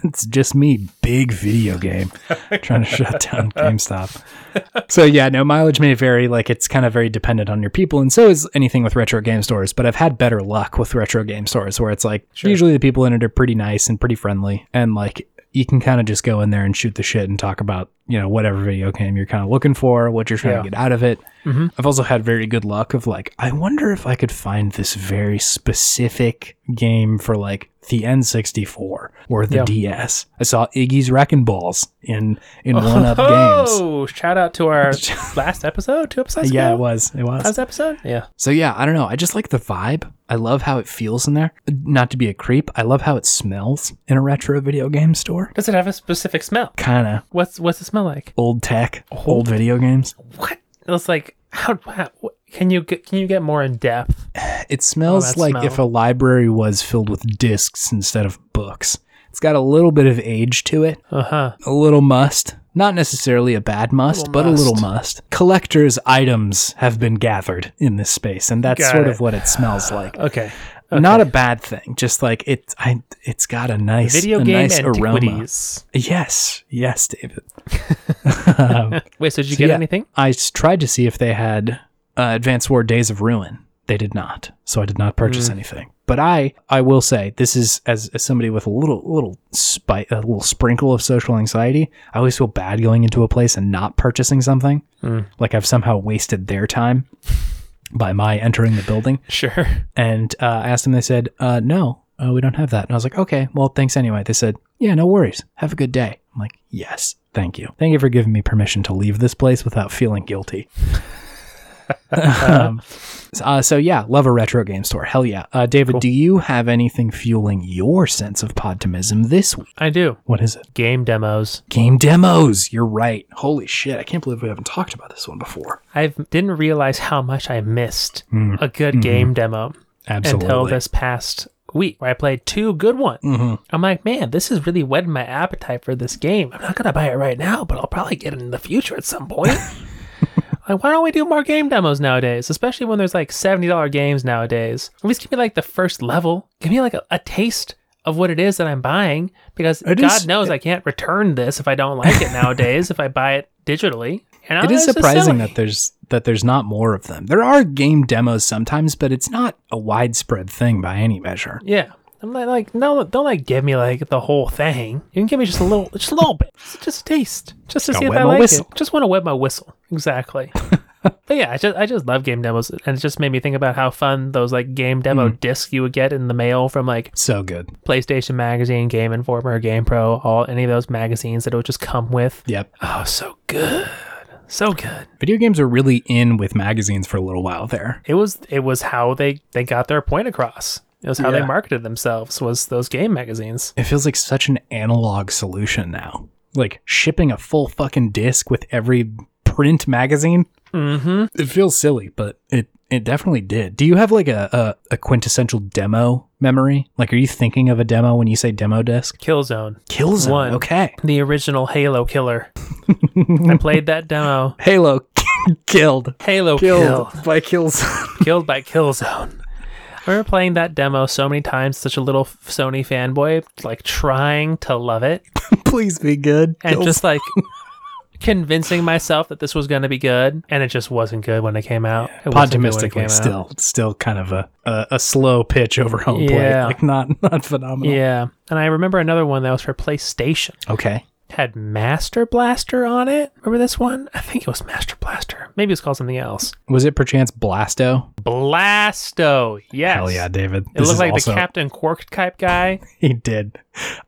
[SPEAKER 2] it's just me, big video game, trying to shut down GameStop. So yeah, no mileage may vary. Like it's kind of very dependent on your people, and so is anything with retro game stores. But I've had better luck with retro game stores, where it's like usually the people in it are pretty nice and pretty friendly, and like you can kind of just go in there and shoot the shit and talk about you know whatever video game you're kind of looking for, what you're trying to
[SPEAKER 1] Yeah. Mm-hmm.
[SPEAKER 2] get out of it. I've also had very good luck of like, I wonder if I could find this very specific game for like the N64 or the
[SPEAKER 1] Yeah.
[SPEAKER 2] DS. I saw Iggy's Wrecking Balls in in one up games.
[SPEAKER 1] Oh, shout out to our last episode, two episodes
[SPEAKER 2] Yeah, it
[SPEAKER 1] ago.
[SPEAKER 2] was. It was.
[SPEAKER 1] Last episode? Yeah.
[SPEAKER 2] So yeah, I don't know. I just like the vibe. I love how it feels in there. Not to be a creep, I love how it smells in a retro video game store.
[SPEAKER 1] Does it have a specific smell?
[SPEAKER 2] Kind of
[SPEAKER 1] What's what's it smell like?
[SPEAKER 2] old tech, old video games.
[SPEAKER 1] What? It's like how, how can you get, can you get more in depth?
[SPEAKER 2] It smells
[SPEAKER 1] that
[SPEAKER 2] like
[SPEAKER 1] smell.
[SPEAKER 2] if a library was filled with discs instead of books. It's got a little bit of age to it,
[SPEAKER 1] Uh huh.
[SPEAKER 2] a little must. Not necessarily a bad must,
[SPEAKER 1] Little
[SPEAKER 2] but a
[SPEAKER 1] must.
[SPEAKER 2] little must. Collector's items have been gathered in this space, and that's
[SPEAKER 1] Got
[SPEAKER 2] sort
[SPEAKER 1] it.
[SPEAKER 2] of what it smells like.
[SPEAKER 1] Okay.
[SPEAKER 2] Not a bad thing, just like it. I, it's got a nice
[SPEAKER 1] Video
[SPEAKER 2] a
[SPEAKER 1] game
[SPEAKER 2] nice aroma.
[SPEAKER 1] antiquities.
[SPEAKER 2] Yes, yes, David.
[SPEAKER 1] Wait, so did you get
[SPEAKER 2] yeah.
[SPEAKER 1] anything?
[SPEAKER 2] I s- tried
[SPEAKER 1] Mm.
[SPEAKER 2] to see if they had uh, Advanced War Days of Ruin. They did not, so I did not purchase anything. But I, I will say, this is as, as somebody with a little, little spite, a little sprinkle of social anxiety. I always feel bad going into a place and not purchasing something,
[SPEAKER 1] Mm.
[SPEAKER 2] like I've somehow wasted their time by my entering the building.
[SPEAKER 1] Sure.
[SPEAKER 2] And uh, I asked them. They said, uh, "No, uh, we don't have that." And I was like, "Okay, well, thanks anyway." They said, "Yeah, no worries. Have a good day." I'm like, "Yes, thank you. Thank you for giving me permission to leave this place without feeling guilty." um, so, uh, so yeah, love a retro game store. Hell yeah, uh, David. Do you have anything fueling your sense of podtimism this week?
[SPEAKER 1] I do.
[SPEAKER 2] What is it?
[SPEAKER 1] Game demos.
[SPEAKER 2] Game demos. You're right. Holy shit! I can't believe we haven't talked about this one before.
[SPEAKER 1] I didn't realize how much I missed
[SPEAKER 2] Hmm.
[SPEAKER 1] a good game demo until this past week where I played two good ones.
[SPEAKER 2] Mm-hmm.
[SPEAKER 1] I'm like, man, this is really whetting my appetite for this game. I'm not going to buy it right now, but I'll probably get it in the future at some point. like, why don't we do more game demos nowadays? Especially when there's like $70 games nowadays. At least give me like the first level. Give me like a, a taste of what it is that I'm buying because
[SPEAKER 2] It
[SPEAKER 1] God
[SPEAKER 2] is-
[SPEAKER 1] knows I can't return this if I don't like it nowadays if I buy it digitally. And I
[SPEAKER 2] it
[SPEAKER 1] was
[SPEAKER 2] is
[SPEAKER 1] just
[SPEAKER 2] surprising
[SPEAKER 1] silly.
[SPEAKER 2] that there's that there's not more of them. There are game demos sometimes, but it's not a widespread thing by any measure.
[SPEAKER 1] Yeah. I'm like, like no, don't like give me like the whole thing. You can give me just a little, just a little bit, just, just a taste, just to
[SPEAKER 2] Gotta
[SPEAKER 1] see if
[SPEAKER 2] wet
[SPEAKER 1] I
[SPEAKER 2] my
[SPEAKER 1] like
[SPEAKER 2] whistle.
[SPEAKER 1] it. Just want to wet my whistle, exactly. but yeah, I just I just love game demos, and it just made me think about how fun those like game demo
[SPEAKER 2] Mm.
[SPEAKER 1] discs you would get in the mail from like
[SPEAKER 2] So good.
[SPEAKER 1] PlayStation Magazine, Game Informer, Game Pro, all any of those magazines that it would just come with.
[SPEAKER 2] Yep. Uh,
[SPEAKER 1] Oh, so good, so good.
[SPEAKER 2] Video games are really in with magazines for a little while there.
[SPEAKER 1] It was it was how they they got their point across. It was how they
[SPEAKER 2] Yeah.
[SPEAKER 1] marketed themselves was those game magazines.
[SPEAKER 2] It feels like such an analog solution now. Like shipping a full fucking disc with every print magazine.
[SPEAKER 1] Mm-hmm.
[SPEAKER 2] It feels silly, but it it definitely did. Do you have like a, a, a quintessential demo memory? Like are you thinking of a demo when you say demo disc?
[SPEAKER 1] Killzone.
[SPEAKER 2] Killzone.
[SPEAKER 1] One.
[SPEAKER 2] Okay.
[SPEAKER 1] the original Halo killer. I played that demo.
[SPEAKER 2] Halo killed.
[SPEAKER 1] Halo
[SPEAKER 2] killed
[SPEAKER 1] killed.
[SPEAKER 2] by Killzone.
[SPEAKER 1] Killed, by Killzone. I remember playing that demo so many times, such a little Sony fanboy, like trying to love it
[SPEAKER 2] Please be good.
[SPEAKER 1] and
[SPEAKER 2] Killzone.
[SPEAKER 1] just like convincing myself that this was going to be good. And it just wasn't good when it came out. It wasn't good when it
[SPEAKER 2] Podtimistically,
[SPEAKER 1] came out.
[SPEAKER 2] still, still kind of a, a a slow pitch over home plate,
[SPEAKER 1] Yeah.
[SPEAKER 2] like not not phenomenal.
[SPEAKER 1] Yeah. And I remember another one that was for PlayStation.
[SPEAKER 2] Okay,
[SPEAKER 1] had Master Blaster on it. Remember this one? I think it was Master Blaster. Maybe it was called something else.
[SPEAKER 2] was it perchance Blasto?
[SPEAKER 1] Blasto. Yes.
[SPEAKER 2] Hell yeah, David!
[SPEAKER 1] It looked like the Captain Quark type guy,
[SPEAKER 2] He did.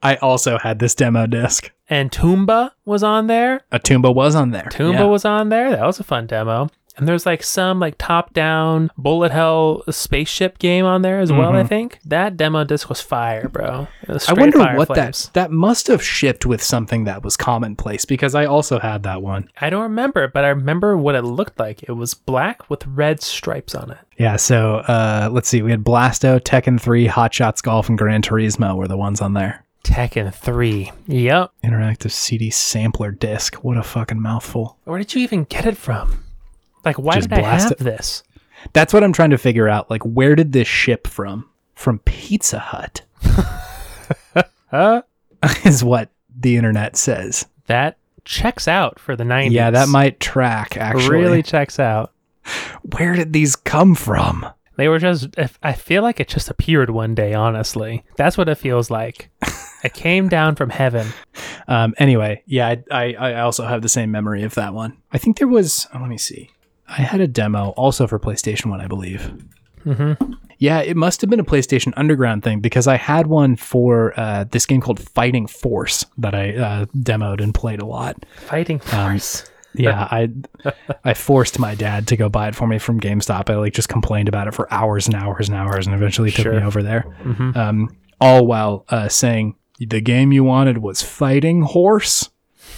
[SPEAKER 2] I also had this demo disc.
[SPEAKER 1] and Toomba was on there.
[SPEAKER 2] A Toomba was on there.
[SPEAKER 1] Toomba
[SPEAKER 2] Yeah.
[SPEAKER 1] was on there. That was a fun demo. And there's like some like top down bullet hell spaceship game on there as well. I think that demo disc was fire, bro. It was
[SPEAKER 2] Mm-hmm. I
[SPEAKER 1] straight
[SPEAKER 2] wonder
[SPEAKER 1] fire
[SPEAKER 2] what
[SPEAKER 1] flames.
[SPEAKER 2] that that must have shipped with something that was commonplace because I also had that one.
[SPEAKER 1] I don't remember, but I remember what it looked like. It was black with red stripes on it.
[SPEAKER 2] Yeah, so uh, let's see. We had Blasto, Tekken 3, Hot Shots Golf, and Gran Turismo were the ones on there.
[SPEAKER 1] Tekken Three. Yep.
[SPEAKER 2] Interactive CD sampler disc. What a fucking mouthful.
[SPEAKER 1] Where did you even get it from? Like, why
[SPEAKER 2] Just
[SPEAKER 1] did I
[SPEAKER 2] blast
[SPEAKER 1] have
[SPEAKER 2] it.
[SPEAKER 1] this?
[SPEAKER 2] That's what I'm trying to figure out. Like, where did this ship from? From Pizza Hut. Is what the internet says.
[SPEAKER 1] That checks out for the 90s.
[SPEAKER 2] Yeah, that might track, actually.
[SPEAKER 1] really checks out.
[SPEAKER 2] Where did these come from?
[SPEAKER 1] They were just, if- I feel like it just appeared one day, honestly. That's what it feels like. it came down from heaven.
[SPEAKER 2] Um, anyway, yeah, I, I, I also have the same memory of that one. I think there was, oh, let me see. I had a demo also for PlayStation 1, I believe. Mm-hmm. Yeah, it must have been a PlayStation Underground thing because I had one for uh, this game called Fighting Force that I uh, demoed and played a lot.
[SPEAKER 1] Fighting
[SPEAKER 2] Uh.
[SPEAKER 1] force.
[SPEAKER 2] Um, Yeah, I I forced my dad to go buy it for me from GameStop. I like just complained about it for hours and hours and hours, and eventually took me
[SPEAKER 1] Sure.
[SPEAKER 2] over there. Um, all while uh, saying the game you wanted was Fighting Horse.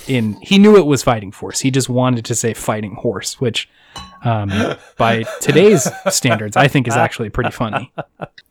[SPEAKER 2] In he knew it was Fighting Force. He just wanted to say Fighting Horse, which um, by today's standards, I think is actually pretty funny.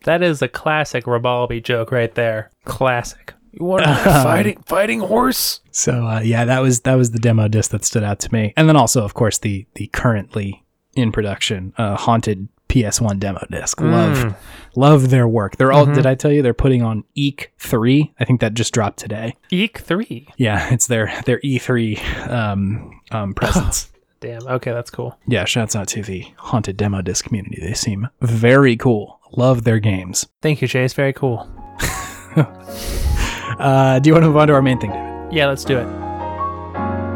[SPEAKER 1] that is a classic Rabalbi joke right there. Classic. You want to fighting, fighting horse?
[SPEAKER 2] So uh, yeah, that was that was the demo disc that stood out to me, and then also, of course, the the currently in production uh, haunted PS1 demo disc.
[SPEAKER 1] Hmm.
[SPEAKER 2] Love love their work. They're
[SPEAKER 1] Mm-hmm.
[SPEAKER 2] all. Did I tell you they're putting on Eek three? I think that just dropped today.
[SPEAKER 1] Eek 3.
[SPEAKER 2] Yeah, it's their their E three um, um, presence.
[SPEAKER 1] Damn. Okay, that's cool.
[SPEAKER 2] yeah, shouts out to the haunted demo disc community. They seem very cool. Love their games.
[SPEAKER 1] Thank you, Chase. Very cool.
[SPEAKER 2] Uh, do you want to move on to our main thing, David?
[SPEAKER 1] Yeah, let's do it.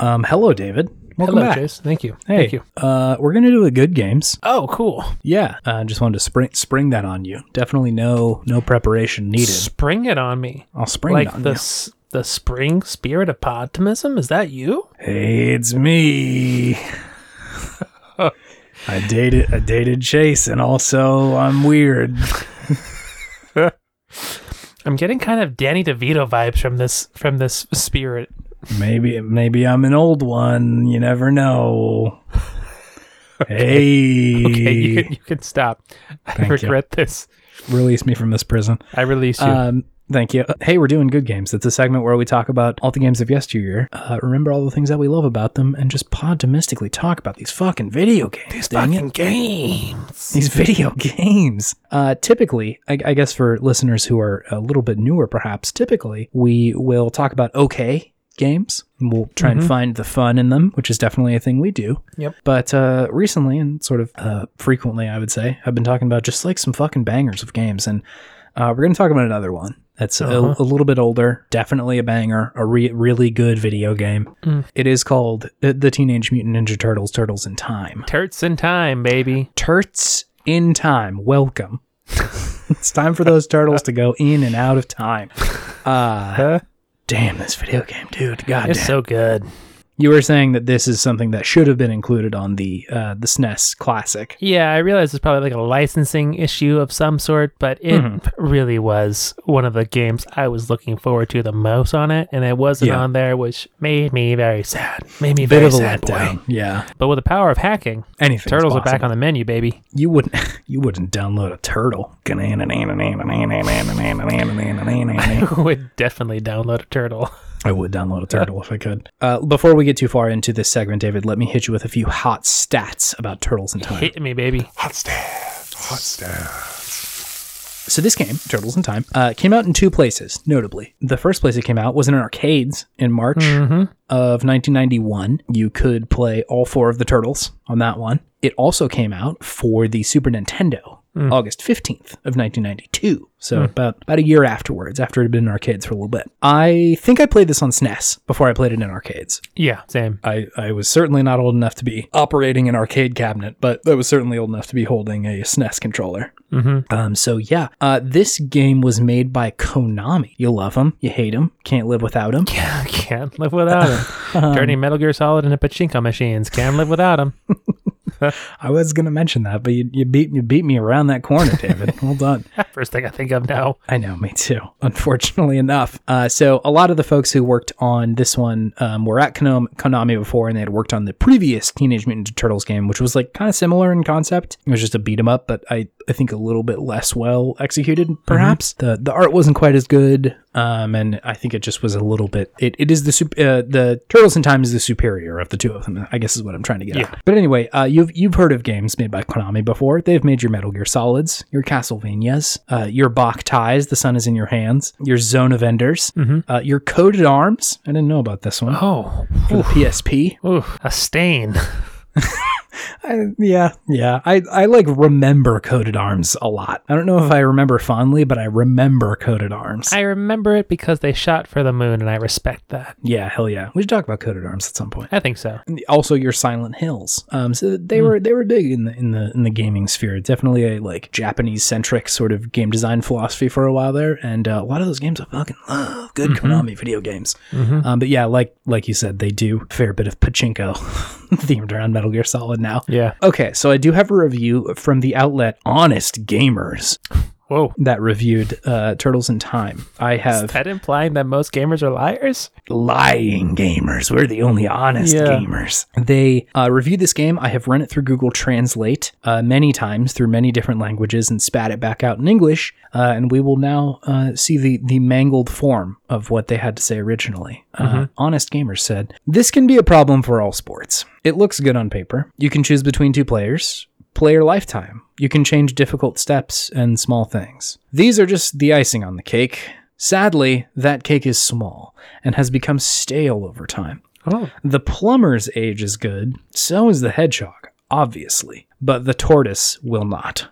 [SPEAKER 2] Um, hello, David. Welcome
[SPEAKER 1] Hello,
[SPEAKER 2] back.
[SPEAKER 1] Chase. Thank you.
[SPEAKER 2] Hey,
[SPEAKER 1] Thank you.
[SPEAKER 2] Uh, we're gonna do the good games.
[SPEAKER 1] Oh, cool.
[SPEAKER 2] Yeah, uh, just wanted to spring spring that on you. Definitely no no preparation needed.
[SPEAKER 1] Spring it on me.
[SPEAKER 2] I'll spring it
[SPEAKER 1] like
[SPEAKER 2] on
[SPEAKER 1] the
[SPEAKER 2] you.
[SPEAKER 1] s- the spring spirit of optimism. Is that you?
[SPEAKER 2] Hey, it's me. I dated I dated Chase, and also I'm weird.
[SPEAKER 1] I'm getting kind of Danny DeVito vibes from this from this spirit.
[SPEAKER 2] Maybe maybe I'm an old one. You never know. Hey,
[SPEAKER 1] Okay, you can you can stop. I
[SPEAKER 2] Thank you.
[SPEAKER 1] regret this.
[SPEAKER 2] release me from this prison.
[SPEAKER 1] I release you.
[SPEAKER 2] Um, thank you. Hey, we're doing good games. It's a segment where we talk about all the games of yesteryear. Uh, remember all the things that we love about them, and just podtimistically talk about these fucking video games. These dang it.
[SPEAKER 1] games.
[SPEAKER 2] These video games. Uh, typically, I, I guess for listeners who are a little bit newer, perhaps, typically we will talk about okay games. and We'll try and find the fun in them, which is definitely a thing we do.
[SPEAKER 1] Mm-hmm. Yep.
[SPEAKER 2] But uh, recently, and sort of uh, frequently, I would say, I've been talking about just like some fucking bangers of games, and uh, we're going to talk about another one that's a-
[SPEAKER 1] Uh-huh.
[SPEAKER 2] a, little bit older, definitely a banger, a re- really good video game.
[SPEAKER 1] Mm.
[SPEAKER 2] It is called uh, The Teenage Mutant Ninja Turtles: Turtles in Time.
[SPEAKER 1] Turts in time, baby.
[SPEAKER 2] Turts in time. Welcome. it's time for those turtles to go in and out of time. Uh, damn this video game, dude. God damn.
[SPEAKER 1] It's so good.
[SPEAKER 2] you were saying that this is something that should have been included on the uh, the SNES classic.
[SPEAKER 1] Yeah, I realize it's probably like a licensing issue of some sort, but it
[SPEAKER 2] Mm-hmm.
[SPEAKER 1] really was one of the games I was looking forward to the most on it, and it wasn't
[SPEAKER 2] Yeah.
[SPEAKER 1] on there, which made me very sad. Made me
[SPEAKER 2] Bit
[SPEAKER 1] very
[SPEAKER 2] of a
[SPEAKER 1] sad, boy.
[SPEAKER 2] letdown. Yeah.
[SPEAKER 1] But with the power of hacking,
[SPEAKER 2] Anything.
[SPEAKER 1] turtles are back on the menu, baby.
[SPEAKER 2] You wouldn't. You wouldn't download a turtle.
[SPEAKER 1] I would definitely download a turtle.
[SPEAKER 2] I would download a turtle if I could. Uh, before we get too far into this segment, David, let me hit you with a few hot stats about turtles in time.
[SPEAKER 1] Hit me, baby.
[SPEAKER 3] Hot stamps. Hot stamps.
[SPEAKER 2] So this game, Turtles in Time, uh, came out in two places, notably. The first place it came out was in arcades in March of 1991. You could play all four of the Turtles on that one. It also came out for the Super Nintendo. August 15th of 1992. So about about a year afterwards after it had been in arcades for a little bit. I think I played this on SNES before I played it in arcades.
[SPEAKER 1] Yeah, same.
[SPEAKER 2] I, I was certainly not old enough to be operating an arcade cabinet, but I was certainly old enough to be holding a SNES controller. Mm-hmm. Um, so yeah, uh, this game was made by Konami. You love them, you hate them, can't live without them.
[SPEAKER 1] I can't live without him. Turning Metal Gear Solid into pachinko machines. Can't live without him.
[SPEAKER 2] I was gonna mention that, but you, you beat you beat me around that corner, David. well done.
[SPEAKER 1] First thing I think of now.
[SPEAKER 2] I know, me too. Unfortunately enough, uh, so a lot of the folks who worked on this one um, were at Konom- Konami before, and they had worked on the previous Teenage Mutant Ninja Turtles game, which was like kind of similar in concept. It was just a beat 'em up, but I, I think a little bit less well executed. Perhaps the the art wasn't quite as good, um, and I think it just was a little bit. It, it is the sup- uh, the Turtles in Time is the superior of the two of them. I guess is what I'm trying to get
[SPEAKER 1] Yeah.
[SPEAKER 2] at. But anyway, uh, you've you've heard of games made by Konami before. They've made your Metal Gear Solids, your Castlevanias, uh, your Bach Ties, The Sun Is in Your Hands, your Zone of Enders, uh, your Coded Arms. I didn't know about this one.
[SPEAKER 1] Mm-hmm. Oh,
[SPEAKER 2] For the PSP.
[SPEAKER 1] ooh, a stain.
[SPEAKER 2] I, yeah, yeah. I, I like remember Coded Arms a lot. I don't know if I remember fondly, but I remember Coded Arms.
[SPEAKER 1] I remember it because they shot for the moon, and I respect that.
[SPEAKER 2] yeah, hell yeah. We should talk about Coded Arms at some point.
[SPEAKER 1] I think so.
[SPEAKER 2] And also your Silent Hills. Um, so they
[SPEAKER 1] Hmm.
[SPEAKER 2] were they were big in the in the in the gaming sphere. Definitely a like Japanese centric sort of game design philosophy for a while there, and uh, a lot of those games I fucking love. Good
[SPEAKER 1] Mm-hmm.
[SPEAKER 2] Konami video games. Um, but yeah, like like you said, they do a fair bit of pachinko themed around Metal Gear Solid now.
[SPEAKER 1] Yeah.
[SPEAKER 2] Okay, so I do have a review from the outlet Honest Gamers
[SPEAKER 1] Whoa.
[SPEAKER 2] that reviewed uh, Turtles in Time. I have
[SPEAKER 1] Is that implying that most gamers are liars?
[SPEAKER 2] lying gamers. We're the only honest
[SPEAKER 1] Yeah.
[SPEAKER 2] gamers. They uh, reviewed this game. I have run it through Google Translate uh, many times through many different languages and spat it back out in English. Uh, and we will now uh, see the, the mangled form of what they had to say originally. Uh, Honest Gamers said, This can be a problem for all sports. It looks good on paper. You can choose between two players. player lifetime. You can change difficult steps and small things. These are just the icing on the cake. Sadly, that cake is small and has become stale over time.
[SPEAKER 1] Oh,
[SPEAKER 2] The plumber's age is good, so is the hedgehog, obviously, but the tortoise will not.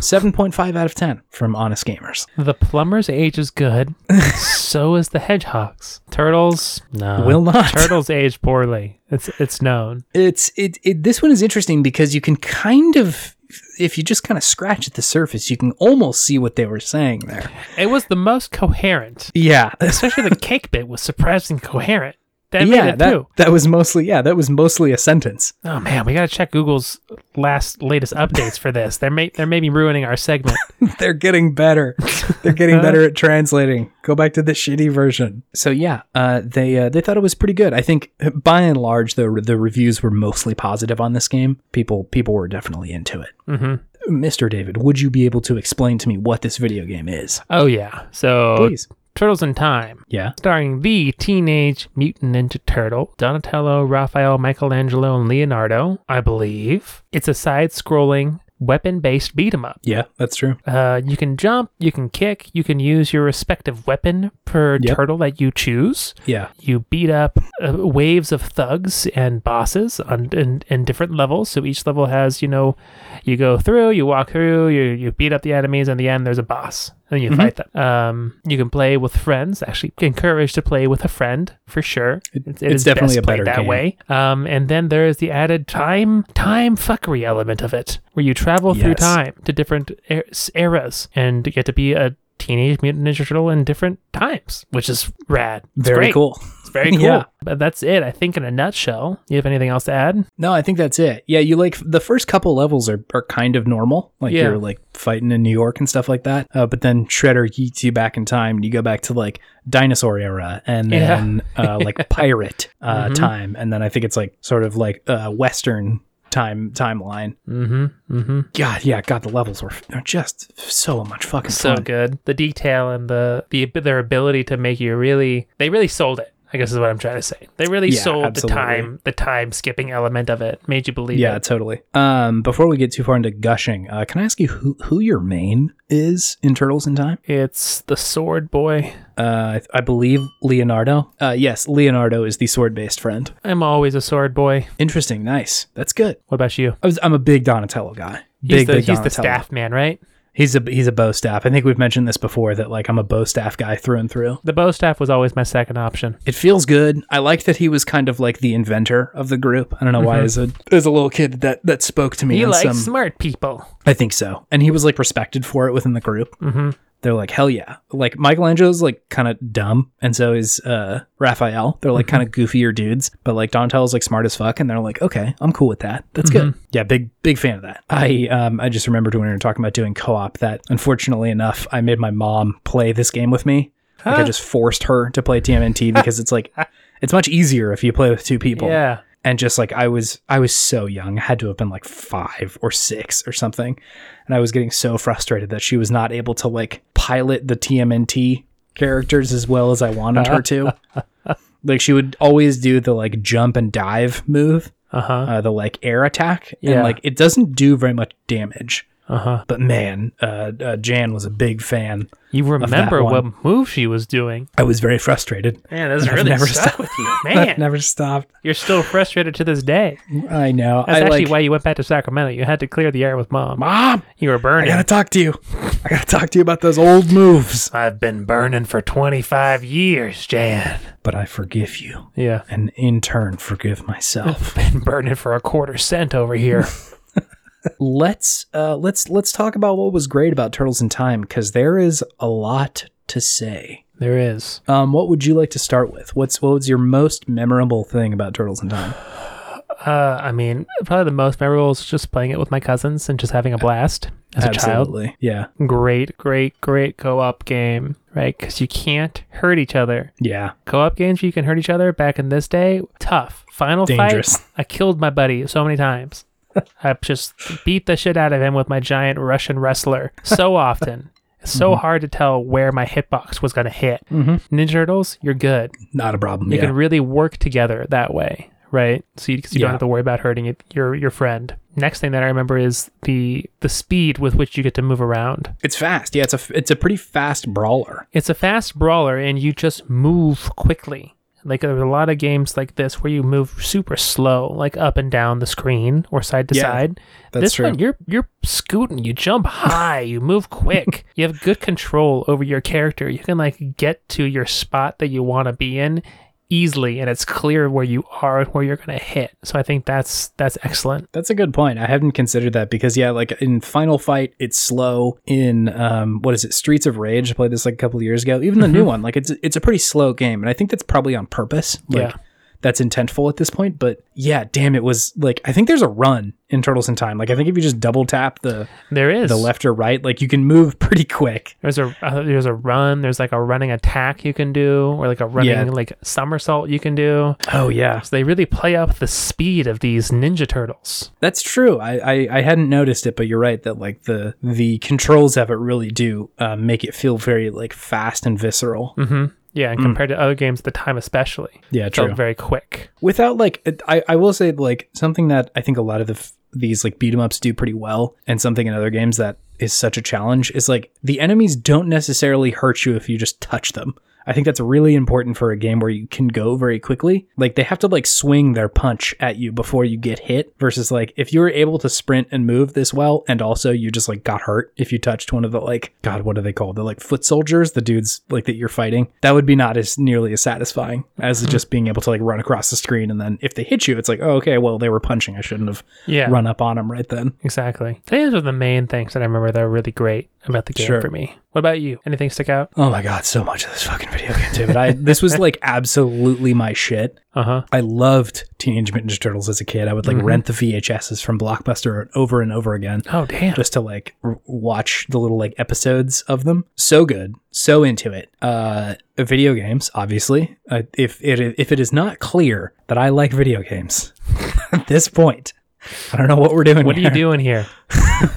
[SPEAKER 2] 7.5 out of 10 from Honest Gamers.
[SPEAKER 1] the plumber's age is good. so is the hedgehogs. Turtles, no,
[SPEAKER 2] Will not.
[SPEAKER 1] Turtles age poorly. It's it's known.
[SPEAKER 2] It's it, it this one is interesting because you can kind of if you just kind of scratch at the surface, you can almost see what they were saying there.
[SPEAKER 1] It was the most coherent.
[SPEAKER 2] Yeah.
[SPEAKER 1] Especially the cake bit was surprisingly coherent. That made
[SPEAKER 2] yeah,
[SPEAKER 1] it
[SPEAKER 2] that,
[SPEAKER 1] too.
[SPEAKER 2] that was mostly yeah, that was mostly a sentence.
[SPEAKER 1] Oh man, we gotta check Google's last latest updates for this. They're may they're maybe ruining our segment.
[SPEAKER 2] They're getting better. They're getting better at translating. Go back to the shitty version. So yeah, uh, they uh, they thought it was pretty good. I think by and large, the the reviews were mostly positive on this game. People people were definitely into it.
[SPEAKER 1] hmm
[SPEAKER 2] Mr. David, would you be able to explain to me what this video game is,
[SPEAKER 1] Oh yeah. So
[SPEAKER 2] please?
[SPEAKER 1] Turtles in Time,
[SPEAKER 2] Yeah.
[SPEAKER 1] starring the Teenage Mutant Ninja Turtle, Donatello, Raphael, Michelangelo, and Leonardo. I believe it's a side-scrolling weapon-based beat 'em up.
[SPEAKER 2] Yeah, that's true.
[SPEAKER 1] Uh, you can jump, you can kick, you can use your respective weapon per
[SPEAKER 2] Yep.
[SPEAKER 1] turtle that you choose.
[SPEAKER 2] Yeah.
[SPEAKER 1] you beat up uh, waves of thugs and bosses on in, in different levels so each level has you know you go through you walk through you, you beat up the enemies and the end there's a boss and
[SPEAKER 2] Mm-hmm.
[SPEAKER 1] you fight them um, you can play with friends actually encouraged to play with a friend for sure
[SPEAKER 2] It-
[SPEAKER 1] It's
[SPEAKER 2] it's definitely a
[SPEAKER 1] played
[SPEAKER 2] better
[SPEAKER 1] that
[SPEAKER 2] game.
[SPEAKER 1] way um, and then there is the added time time fuckery element of it where you travel through
[SPEAKER 2] Yes.
[SPEAKER 1] time to different er- eras and get to be a teenage mutant ninja turtle in different times which is rad It's
[SPEAKER 2] Very
[SPEAKER 1] great.
[SPEAKER 2] cool.
[SPEAKER 1] It's very cool.
[SPEAKER 2] Yeah.
[SPEAKER 1] But that's it, I think, in a nutshell. You have anything else to add?
[SPEAKER 2] No, I think that's it. Yeah, you like the first couple levels are, are kind of normal. Like
[SPEAKER 1] Yeah.
[SPEAKER 2] you're like fighting in New York and stuff like that. Uh, but then Shredder yeets you back in time and you go back to like dinosaur era and
[SPEAKER 1] Yeah.
[SPEAKER 2] then uh, like pirate uh,
[SPEAKER 1] Mhm.
[SPEAKER 2] time. And then I think it's like sort of like uh, Western time timeline.
[SPEAKER 1] Mm-hmm. Mm-hmm.
[SPEAKER 2] God, yeah, God, the levels were are just so much fucking
[SPEAKER 1] So
[SPEAKER 2] fun.
[SPEAKER 1] good. The detail and the, the their ability to make you really they really sold it. I guess is what I'm trying to say. They really
[SPEAKER 2] Yeah,
[SPEAKER 1] sold
[SPEAKER 2] absolutely.
[SPEAKER 1] the time the time skipping element of it. Made you believe
[SPEAKER 2] Yeah,
[SPEAKER 1] it.
[SPEAKER 2] totally. Um, before we get too far into gushing, uh, can I ask you who, who your main is in Turtles in Time?
[SPEAKER 1] It's the sword boy.
[SPEAKER 2] uh, I I believe Leonardo. Uh, yes, Leonardo is the sword-based friend.
[SPEAKER 1] I'm always a sword boy.
[SPEAKER 2] Interesting, nice. That's good.
[SPEAKER 1] What about you?
[SPEAKER 2] I was, I'm a big Donatello guy. Big,
[SPEAKER 1] he's the
[SPEAKER 2] big
[SPEAKER 1] he's the
[SPEAKER 2] Donatello.
[SPEAKER 1] staff man, right?
[SPEAKER 2] He's a he's a bow staff. I think we've mentioned this before that like I'm a bow staff guy through and through.
[SPEAKER 1] The bow staff was always my second option.
[SPEAKER 2] It feels good. I like that he was kind of like the inventor of the group. I don't know why as a as a little kid that that spoke to me.
[SPEAKER 1] He
[SPEAKER 2] in
[SPEAKER 1] likes
[SPEAKER 2] some,
[SPEAKER 1] smart people.
[SPEAKER 2] I think so. And he was like respected for it within the group.
[SPEAKER 1] Mm-hmm.
[SPEAKER 2] They're like, hell yeah. Like Michelangelo's like kind of dumb, and so is uh Raphael. They're like kind of
[SPEAKER 1] Mm-hmm.
[SPEAKER 2] goofier dudes, but like Donatello's like smart as fuck, and they're like, okay, I'm cool with that. That's good.
[SPEAKER 1] Mm-hmm.
[SPEAKER 2] Yeah, big big fan of that. I um I just remembered when we were talking about doing co-op that unfortunately enough, I made my mom play this game with me. Like I
[SPEAKER 1] Huh.
[SPEAKER 2] just forced her to play TMNT because it's like it's much easier if you play with two people.
[SPEAKER 1] Yeah.
[SPEAKER 2] And just like I was I was so young, I had to have been like 5 or 6 or something and I was getting so frustrated that she was not able to like pilot the TMNT characters as well as I wanted her to. like she would always do the like jump and dive move,
[SPEAKER 1] Uh-huh.
[SPEAKER 2] uh, the like air attack, and
[SPEAKER 1] Yeah.
[SPEAKER 2] like it doesn't do very much damage.
[SPEAKER 1] Uh-huh.
[SPEAKER 2] But man, uh, uh, Jan was a big fan.
[SPEAKER 1] You remember
[SPEAKER 2] one.
[SPEAKER 1] what move she was doing.
[SPEAKER 2] I was very frustrated.
[SPEAKER 1] Man, that's
[SPEAKER 2] I've
[SPEAKER 1] really
[SPEAKER 2] never
[SPEAKER 1] stuck
[SPEAKER 2] stopped.
[SPEAKER 1] with you,
[SPEAKER 2] That
[SPEAKER 1] man.
[SPEAKER 2] never stopped.
[SPEAKER 1] You're still frustrated to this day.
[SPEAKER 2] I know.
[SPEAKER 1] That's
[SPEAKER 2] I
[SPEAKER 1] actually
[SPEAKER 2] like,
[SPEAKER 1] why you went back to Sacramento. You had to clear the air with mom.
[SPEAKER 2] mom.
[SPEAKER 1] You were
[SPEAKER 2] I
[SPEAKER 1] burning.
[SPEAKER 2] gotta talk to you. I gotta talk to you about those old moves.
[SPEAKER 1] I've been burning for 25 years, Jan.
[SPEAKER 2] But I forgive you,
[SPEAKER 1] Yeah,
[SPEAKER 2] and in turn, forgive myself.
[SPEAKER 1] been burning for a quarter cent over here.
[SPEAKER 2] let's uh, let's let's talk about what was great about Turtles in Time because there is a lot to say.
[SPEAKER 1] there is.
[SPEAKER 2] Um, what would you like to start with? What's what was your most memorable thing about Turtles in Time?
[SPEAKER 1] Uh, I mean, probably the most memorable is just playing it with my cousins and just having a blast as a child.
[SPEAKER 2] yeah,
[SPEAKER 1] Great, great, great co-op game, right? Because you can't hurt each other.
[SPEAKER 2] yeah,
[SPEAKER 1] co-op games where you can hurt each other back in this day tough final
[SPEAKER 2] Dangerous.
[SPEAKER 1] fight i killed my buddy so many times i just beat the shit out of him with my giant russian wrestler so often it's so
[SPEAKER 2] Mm-hmm.
[SPEAKER 1] hard to tell where my hitbox was going to hit ninja turtles you're good
[SPEAKER 2] not a problem.
[SPEAKER 1] you
[SPEAKER 2] Mm-hmm. yeah.
[SPEAKER 1] can really work together that way right? So you, 'cause you
[SPEAKER 2] Yeah.
[SPEAKER 1] don't have to worry about hurting it, your your friend. Next thing that I remember is the the speed with which you get to move around.
[SPEAKER 2] It's fast. Yeah, it's a it's a pretty fast brawler.
[SPEAKER 1] It's a fast brawler, and you just move quickly. Like there are a lot of games like this where you move super slow, like up and down the screen or side to
[SPEAKER 2] Yeah,
[SPEAKER 1] side.
[SPEAKER 2] that's
[SPEAKER 1] this
[SPEAKER 2] true.
[SPEAKER 1] one, you're you're scooting, you jump high, you move quick. you have good control over your character. You can like get to your spot that you want to be in easily, and it's clear where you are and where you're gonna hit. So I think that's that's excellent.
[SPEAKER 2] That's a good point. I hadn't considered that because yeah, like in Final Fight, it's slow. In um, what is it, Streets of Rage? I played this like a couple of years ago. Even the new one, like it's it's a pretty slow game, and I think that's probably on purpose. Like,
[SPEAKER 1] Yeah.
[SPEAKER 2] that's intentful at this point. But yeah, damn, it was like I think there's a run in Turtles in Time. Like I think if you just double tap the
[SPEAKER 1] There is
[SPEAKER 2] the left or right, like you can move pretty quick.
[SPEAKER 1] There's a uh, there's a run. There's like a running attack you can do, or like a running
[SPEAKER 2] Yeah.
[SPEAKER 1] like somersault you can do.
[SPEAKER 2] Oh yeah,
[SPEAKER 1] So they really play up the speed of these Ninja Turtles.
[SPEAKER 2] that's true. I, I I hadn't noticed it, but you're right that like the the controls of it really do uh, make it feel very like fast and visceral.
[SPEAKER 1] hmm Yeah, and compared to other games at the time, especially,
[SPEAKER 2] Yeah,
[SPEAKER 1] it
[SPEAKER 2] Mm-hmm. Mm. true.
[SPEAKER 1] felt very quick.
[SPEAKER 2] without like it- I, I will say like something that I think a lot of the f- these like beat 'em ups do pretty well and something in other games that is such a challenge is like the enemies don't necessarily hurt you if you just touch them. I think that's really important for a game where you can go very quickly. Like they have to like swing their punch at you before you get hit versus like if you were able to sprint and move this well and also you just like got hurt if you touched one of the like god what are they called? The like foot soldiers, the dudes like that you're fighting. That would be not as nearly as satisfying as just being able to like run across the screen and then if they hit you it's like, "Oh okay, well they were punching. I shouldn't have
[SPEAKER 1] Yeah,
[SPEAKER 2] run up on them right then."
[SPEAKER 1] exactly. These are the main things that I remember that are really great about the game
[SPEAKER 2] Sure.
[SPEAKER 1] for me. What about you? Anything stick out?
[SPEAKER 2] Oh my god, so much of this fucking video game, David. I this was like absolutely my shit.
[SPEAKER 1] Uh huh.
[SPEAKER 2] I loved Teenage Mutant Ninja Turtles as a kid. I would like rent the VHSs from Blockbuster over and over again
[SPEAKER 1] Oh damn.
[SPEAKER 2] just to like r- watch the little like episodes of them. So good, so into it. Uh video games, obviously. Uh, if it if it is not clear that I like video games at this point, I don't know what we're doing.
[SPEAKER 1] What are
[SPEAKER 2] here.
[SPEAKER 1] you doing here?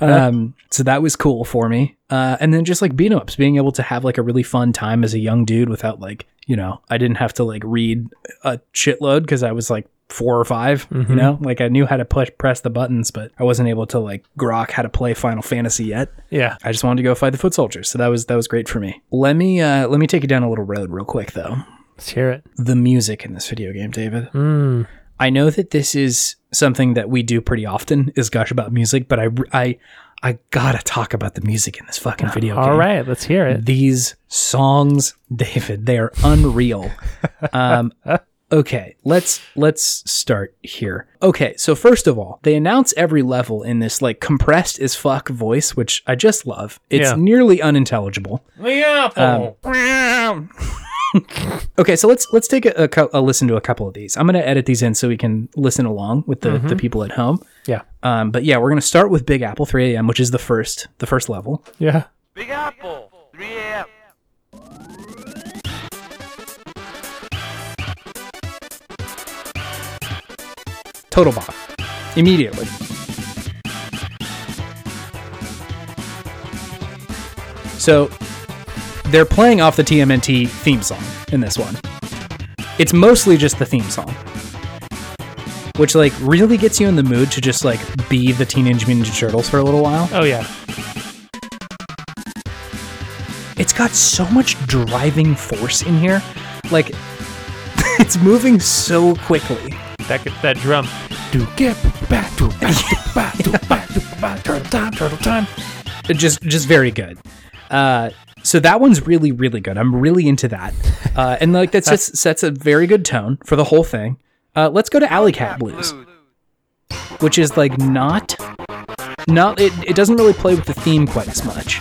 [SPEAKER 2] Um, so that was cool for me. Uh, and then just like beat 'em ups, being able to have like a really fun time as a young dude without like, you know, I didn't have to like read a shitload because I was like four or 5 you
[SPEAKER 1] Mhm.
[SPEAKER 2] know, like I knew how to push press the buttons, but I wasn't able to like grok how to play Final Fantasy yet.
[SPEAKER 1] Yeah.
[SPEAKER 2] I just wanted to go fight the foot soldiers, so that was that was great for me. Let me uh, let me take you down a little road real quick though.
[SPEAKER 1] Let's hear it.
[SPEAKER 2] The music in this video game, David.
[SPEAKER 1] Mm.
[SPEAKER 2] I know that this is something that we do pretty often is gush about music, but I I I gotta talk about the music in this fucking video game.
[SPEAKER 1] All right, let's hear it.
[SPEAKER 2] These songs, David, they are unreal. um, okay, let's let's start here. Okay, so first of all, they announce every level in this like compressed as fuck voice, which I just love. It's
[SPEAKER 1] Yeah.
[SPEAKER 2] nearly unintelligible. Okay, so let's let's take a, a, cou- a listen to a couple of these. I'm gonna edit these in so we can listen along with the, the people at home.
[SPEAKER 1] Yeah.
[SPEAKER 2] Um, but yeah, we're gonna start with Big Apple 3 a.m., which is the first the first level.
[SPEAKER 1] Yeah.
[SPEAKER 4] Big Apple, 3 a.m.
[SPEAKER 2] Total Bob. Immediately. So they're playing off the TMNT theme song in this one. It's mostly just the theme song. Which like really gets you in the mood to just like be the Teenage Mutant Ninja Turtles for a little while.
[SPEAKER 1] Oh yeah.
[SPEAKER 2] it's got so much driving force in here. Like, it's moving so quickly.
[SPEAKER 1] That that drum. Do get back to back to back to back to back. Turtle time. Turtle time.
[SPEAKER 2] It Just, just very good. Uh, so that one's really, really good. I'm really into that. Uh, and like that just sets a very good tone for the whole thing. Uh, let's go to Alley Cat Blues, which is like not, not it, it doesn't really play with the theme quite as much.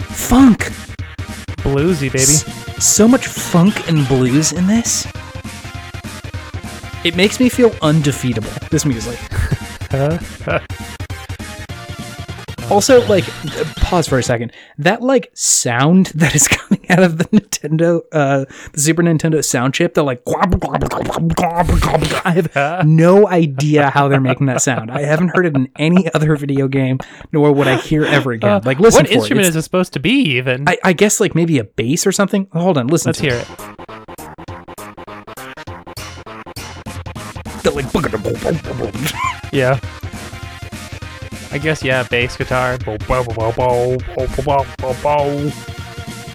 [SPEAKER 2] Funk.
[SPEAKER 1] Bluesy baby.
[SPEAKER 2] S- So much funk and blues in this. It makes me feel undefeatable, this music. Also, like, pause for a second. That like sound that is coming out of the Nintendo, uh, the Super Nintendo sound chip, the like, "Quab, quab, quab, quab, quab, quab," I have no idea how they're making that sound. I haven't heard it in any other video game, nor would I hear ever again. Like, listen
[SPEAKER 1] Uh, What
[SPEAKER 2] for
[SPEAKER 1] instrument
[SPEAKER 2] it.
[SPEAKER 1] is
[SPEAKER 2] It's-
[SPEAKER 1] it supposed to be? Even
[SPEAKER 2] I, I guess like maybe a bass or something. Hold on, listen
[SPEAKER 1] let's
[SPEAKER 2] to
[SPEAKER 1] hear it.
[SPEAKER 2] it. The, like,
[SPEAKER 1] Yeah. I guess yeah, bass guitar. Bo- bo- bo- bo- bo- bo- bo- bo- bo- bo.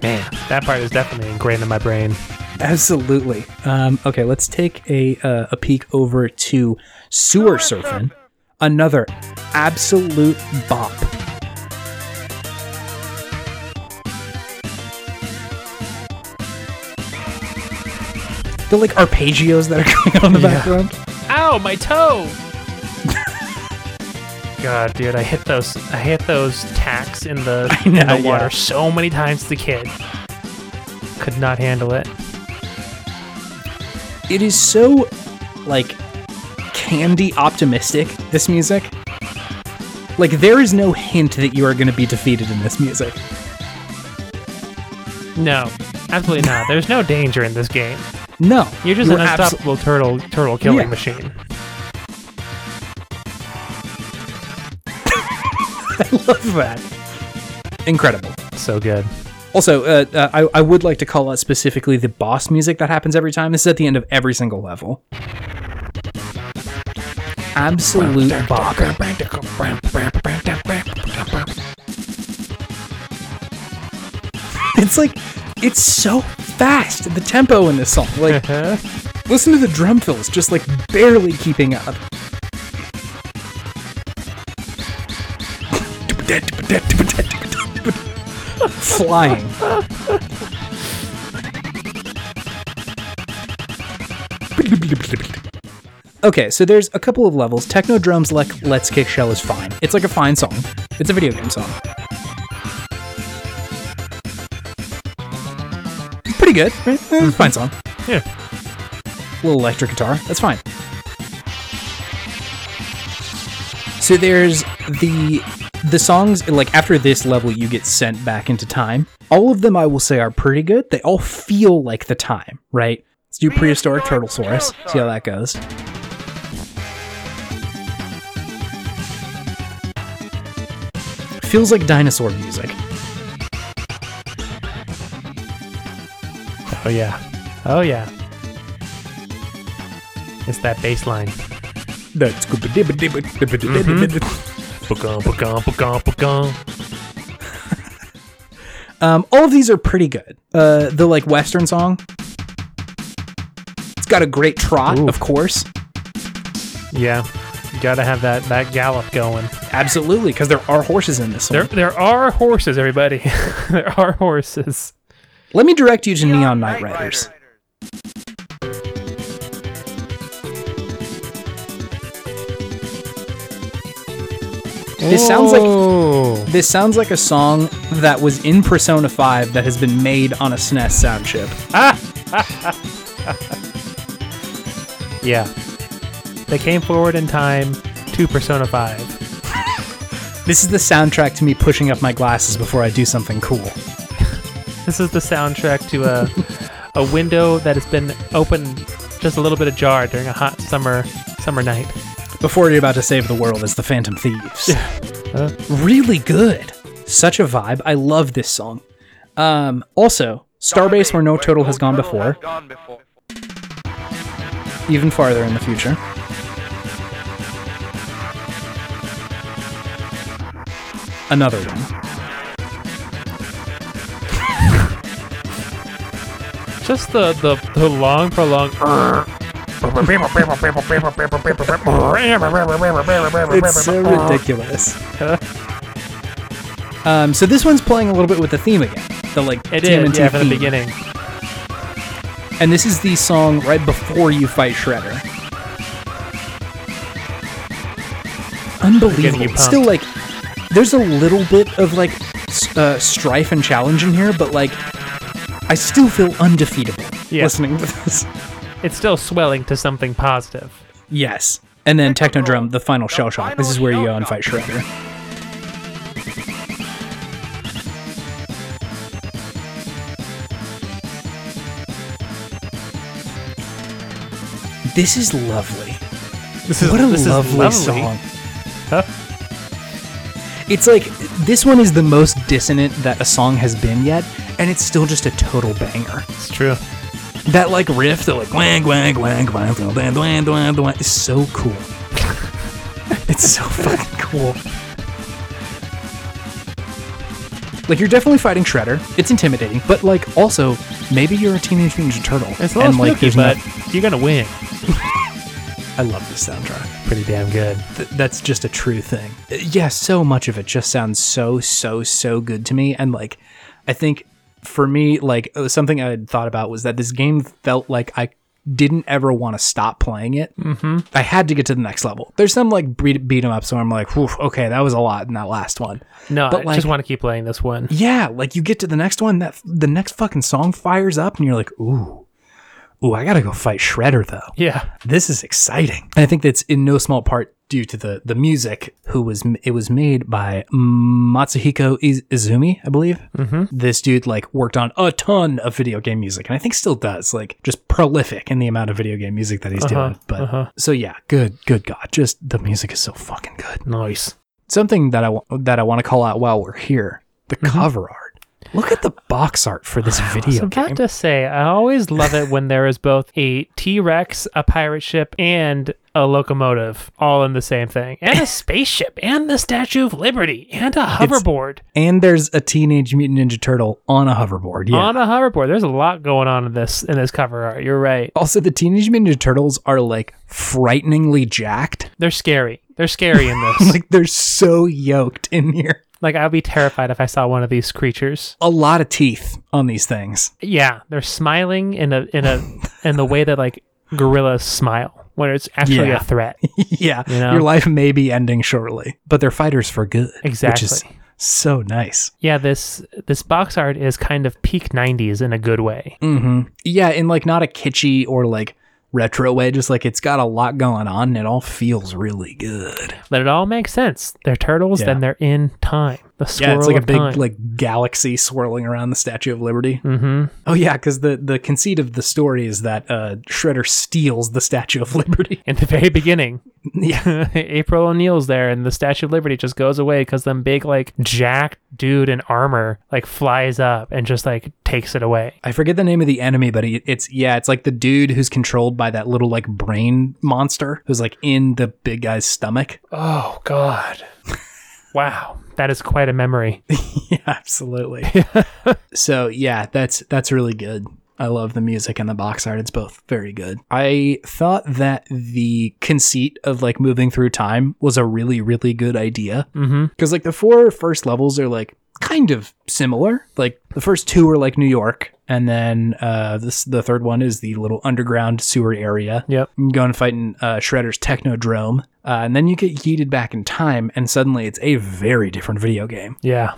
[SPEAKER 1] Man, that part is definitely ingrained in my brain.
[SPEAKER 2] Absolutely. Um, okay, let's take a uh, a peek over to Sewer Surfing, another absolute bop. The like arpeggios that are going on in the
[SPEAKER 1] Yeah.
[SPEAKER 2] background.
[SPEAKER 1] Ow, my toe! God, dude, I hit those I hit those tacks in the
[SPEAKER 2] I know,
[SPEAKER 1] in the
[SPEAKER 2] yeah.
[SPEAKER 1] water so many times as a kid. Could not handle it.
[SPEAKER 2] It is so like candy optimistic. This music. Like there is no hint that you are going to be defeated in this music.
[SPEAKER 1] No, absolutely not. There's no danger in this game.
[SPEAKER 2] No,
[SPEAKER 1] You're just an
[SPEAKER 2] abso-
[SPEAKER 1] unstoppable turtle turtle killing
[SPEAKER 2] Yeah.
[SPEAKER 1] machine.
[SPEAKER 2] love that. Incredible.
[SPEAKER 1] So good.
[SPEAKER 2] Also, uh, uh, I, I would like to call out specifically the boss music that happens every time. This is at the end of every single level. Absolute bop. It's like, it's so fast. The tempo in this song. Like, listen to the drum fills just like barely keeping up. Flying. Okay, so there's a couple of levels. Techno drums like Let's Kick Shell is fine. It's like a fine song. It's a video game song. Pretty good, right? Eh, Fine song.
[SPEAKER 1] Yeah.
[SPEAKER 2] Little electric guitar. That's fine. So there's the the songs like after this level you get sent back into time. All of them I will say are pretty good. They all feel like the time, right? Let's do prehistoric turtle source. See how that goes. Feels like dinosaur music.
[SPEAKER 1] Oh yeah. Oh yeah. It's that bass line.
[SPEAKER 2] That's Mm-hmm.
[SPEAKER 1] Ba-gum, ba-gum, ba-gum, ba-gum.
[SPEAKER 2] Um, all of these are pretty good. Uh, the like western song. It's got a great trot,
[SPEAKER 1] Ooh.
[SPEAKER 2] of course.
[SPEAKER 1] Yeah. You gotta have that, that gallop going.
[SPEAKER 2] Absolutely, because there are horses in this song.
[SPEAKER 1] There there are horses, everybody. there are horses.
[SPEAKER 2] Let me direct you to Neon Knight Riders. This sounds
[SPEAKER 1] Oh.
[SPEAKER 2] like
[SPEAKER 1] like
[SPEAKER 2] this sounds like a song that was in Persona 5 that has been made on a SNES sound chip.
[SPEAKER 1] Yeah. They came forward in time to Persona 5.
[SPEAKER 2] This is the soundtrack to me pushing up my glasses before I do something cool.
[SPEAKER 1] This is the soundtrack to a a window that has been open just a little bit ajar during a hot summer summer night.
[SPEAKER 2] Before you're about to save the world as the Phantom Thieves.
[SPEAKER 1] Huh?
[SPEAKER 2] really good. Such a vibe. I love this song. Um, also, Starbase Where No Turtle Has Gone Before, even farther in the future. Another one.
[SPEAKER 1] Just the the, the long prolonged
[SPEAKER 2] It's so ridiculous. um, so this one's playing a little bit with the theme again. The like
[SPEAKER 1] it
[SPEAKER 2] TMNT
[SPEAKER 1] is yeah, from the
[SPEAKER 2] theme.
[SPEAKER 1] beginning.
[SPEAKER 2] And this is the song right before you fight Shredder.
[SPEAKER 1] Getting you
[SPEAKER 2] Unbelievable.
[SPEAKER 1] pumped.
[SPEAKER 2] Still, like, there's a little bit of, like, s- uh, strife and challenge in here, but, like, I still feel undefeatable
[SPEAKER 1] Yeah.
[SPEAKER 2] listening to this.
[SPEAKER 1] It's still swelling to something positive.
[SPEAKER 2] uh, Yes. And then Technodrum, the final shell shock. This is where you go and fight Shredder. This is lovely.
[SPEAKER 1] This is
[SPEAKER 2] What a
[SPEAKER 1] this is
[SPEAKER 2] lovely,
[SPEAKER 1] lovely
[SPEAKER 2] song.
[SPEAKER 1] Huh?
[SPEAKER 2] It's like this one is the most dissonant that a song has been yet, and it's still just a total banger.
[SPEAKER 1] It's true.
[SPEAKER 2] That like riff, the like wang wang wang wang wang wang wang wang wang is so cool. it's so fucking cool. Like you're definitely fighting Shredder. It's intimidating, but like also maybe you're a Teenage Mutant Ninja Turtle.
[SPEAKER 1] It's a little
[SPEAKER 2] and, like,
[SPEAKER 1] spooky,
[SPEAKER 2] there's
[SPEAKER 1] but
[SPEAKER 2] no-
[SPEAKER 1] you're gonna win.
[SPEAKER 2] I love this soundtrack.
[SPEAKER 1] Pretty damn good.
[SPEAKER 2] th- that's just a true thing. Uh, Yeah, so much of it just sounds so so so good to me and like I think for me like uh, something I had thought about was that this game felt like I didn't ever want to stop playing it. Mm-hmm. I had to get to the next level. There's some like beat, beat 'em ups where I'm like, Whew, okay, that was a lot in that last one.
[SPEAKER 1] No,
[SPEAKER 2] But,
[SPEAKER 1] I
[SPEAKER 2] like-
[SPEAKER 1] just want to keep playing this one.
[SPEAKER 2] Yeah, like you get to the next one, that the next fucking song fires up, and you're like, ooh, ooh, I gotta go fight Shredder though
[SPEAKER 1] Yeah,
[SPEAKER 2] this is exciting. And I think that's in no small part due to the the music who was it was made by Matsuhiko Iz- Izumi, I believe. Mm-hmm. This dude like worked on a ton of video game music and I think still does, like just prolific in the amount of video game music that he's doing. But so yeah, good good god, just the music is so fucking good.
[SPEAKER 1] nice.
[SPEAKER 2] Something that I wa- that I want to call out while we're here, the cover art. Look at the box art for this
[SPEAKER 1] I was
[SPEAKER 2] video
[SPEAKER 1] about
[SPEAKER 2] game.
[SPEAKER 1] to say, I always love it when there is both a T Rex, a pirate ship, and a locomotive all in the same thing, and a spaceship, and the Statue of Liberty, and a hoverboard.
[SPEAKER 2] And there's a teenage mutant ninja turtle on a hoverboard. Yeah.
[SPEAKER 1] On a hoverboard, there's a lot going on in this in this cover art. You're right.
[SPEAKER 2] Also, the Teenage Mutant Ninja Turtles are like frighteningly jacked.
[SPEAKER 1] They're scary. They're scary in this. like,
[SPEAKER 2] Like they're so yoked in here.
[SPEAKER 1] I'd be terrified if I saw one of these creatures.
[SPEAKER 2] A lot of teeth on these things.
[SPEAKER 1] Yeah, they're smiling in a in a in the way that like gorillas smile when it's actually
[SPEAKER 2] Yeah.
[SPEAKER 1] a threat.
[SPEAKER 2] yeah,
[SPEAKER 1] You know?
[SPEAKER 2] your life may be ending shortly, but they're fighters for good. Which is
[SPEAKER 1] Exactly.
[SPEAKER 2] so nice.
[SPEAKER 1] Yeah, this this box art is kind of peak '90s in a good way.
[SPEAKER 2] Mm-hmm. Yeah, and like not a kitschy or like retro way. Just like it's got a lot going on, and it all feels really good.
[SPEAKER 1] But it all makes sense. They're turtles,
[SPEAKER 2] Yeah.
[SPEAKER 1] then they're in time. The swirl
[SPEAKER 2] Yeah, it's like a
[SPEAKER 1] of
[SPEAKER 2] big
[SPEAKER 1] time.
[SPEAKER 2] like galaxy swirling around the Statue of Liberty.
[SPEAKER 1] hmm
[SPEAKER 2] Oh yeah, because the the conceit of the story is that uh, Shredder steals the Statue of Liberty.
[SPEAKER 1] In the very beginning,
[SPEAKER 2] yeah,
[SPEAKER 1] April O'Neil's there, and the Statue of Liberty just goes away because them big like jacked dude in armor like flies up and just like takes it away.
[SPEAKER 2] I forget the name of the enemy, but he, it's yeah, it's like the dude who's controlled by that little like brain monster who's like in the big guy's stomach.
[SPEAKER 1] Oh God! wow, that is quite a memory.
[SPEAKER 2] yeah, absolutely. so yeah, that's that's really good. I love the music and the box art. It's both very good. I thought that the conceit of like moving through time was a really really good idea.
[SPEAKER 1] hmm
[SPEAKER 2] Because like the four first levels are like kind of similar. Like the first two are like New York, and then uh, this the third one is the little underground sewer area.
[SPEAKER 1] Yep.
[SPEAKER 2] You go and fight in uh, Shredder's Technodrome, uh, and then you get yeeted back in time, and suddenly it's a very different video game.
[SPEAKER 1] Yeah.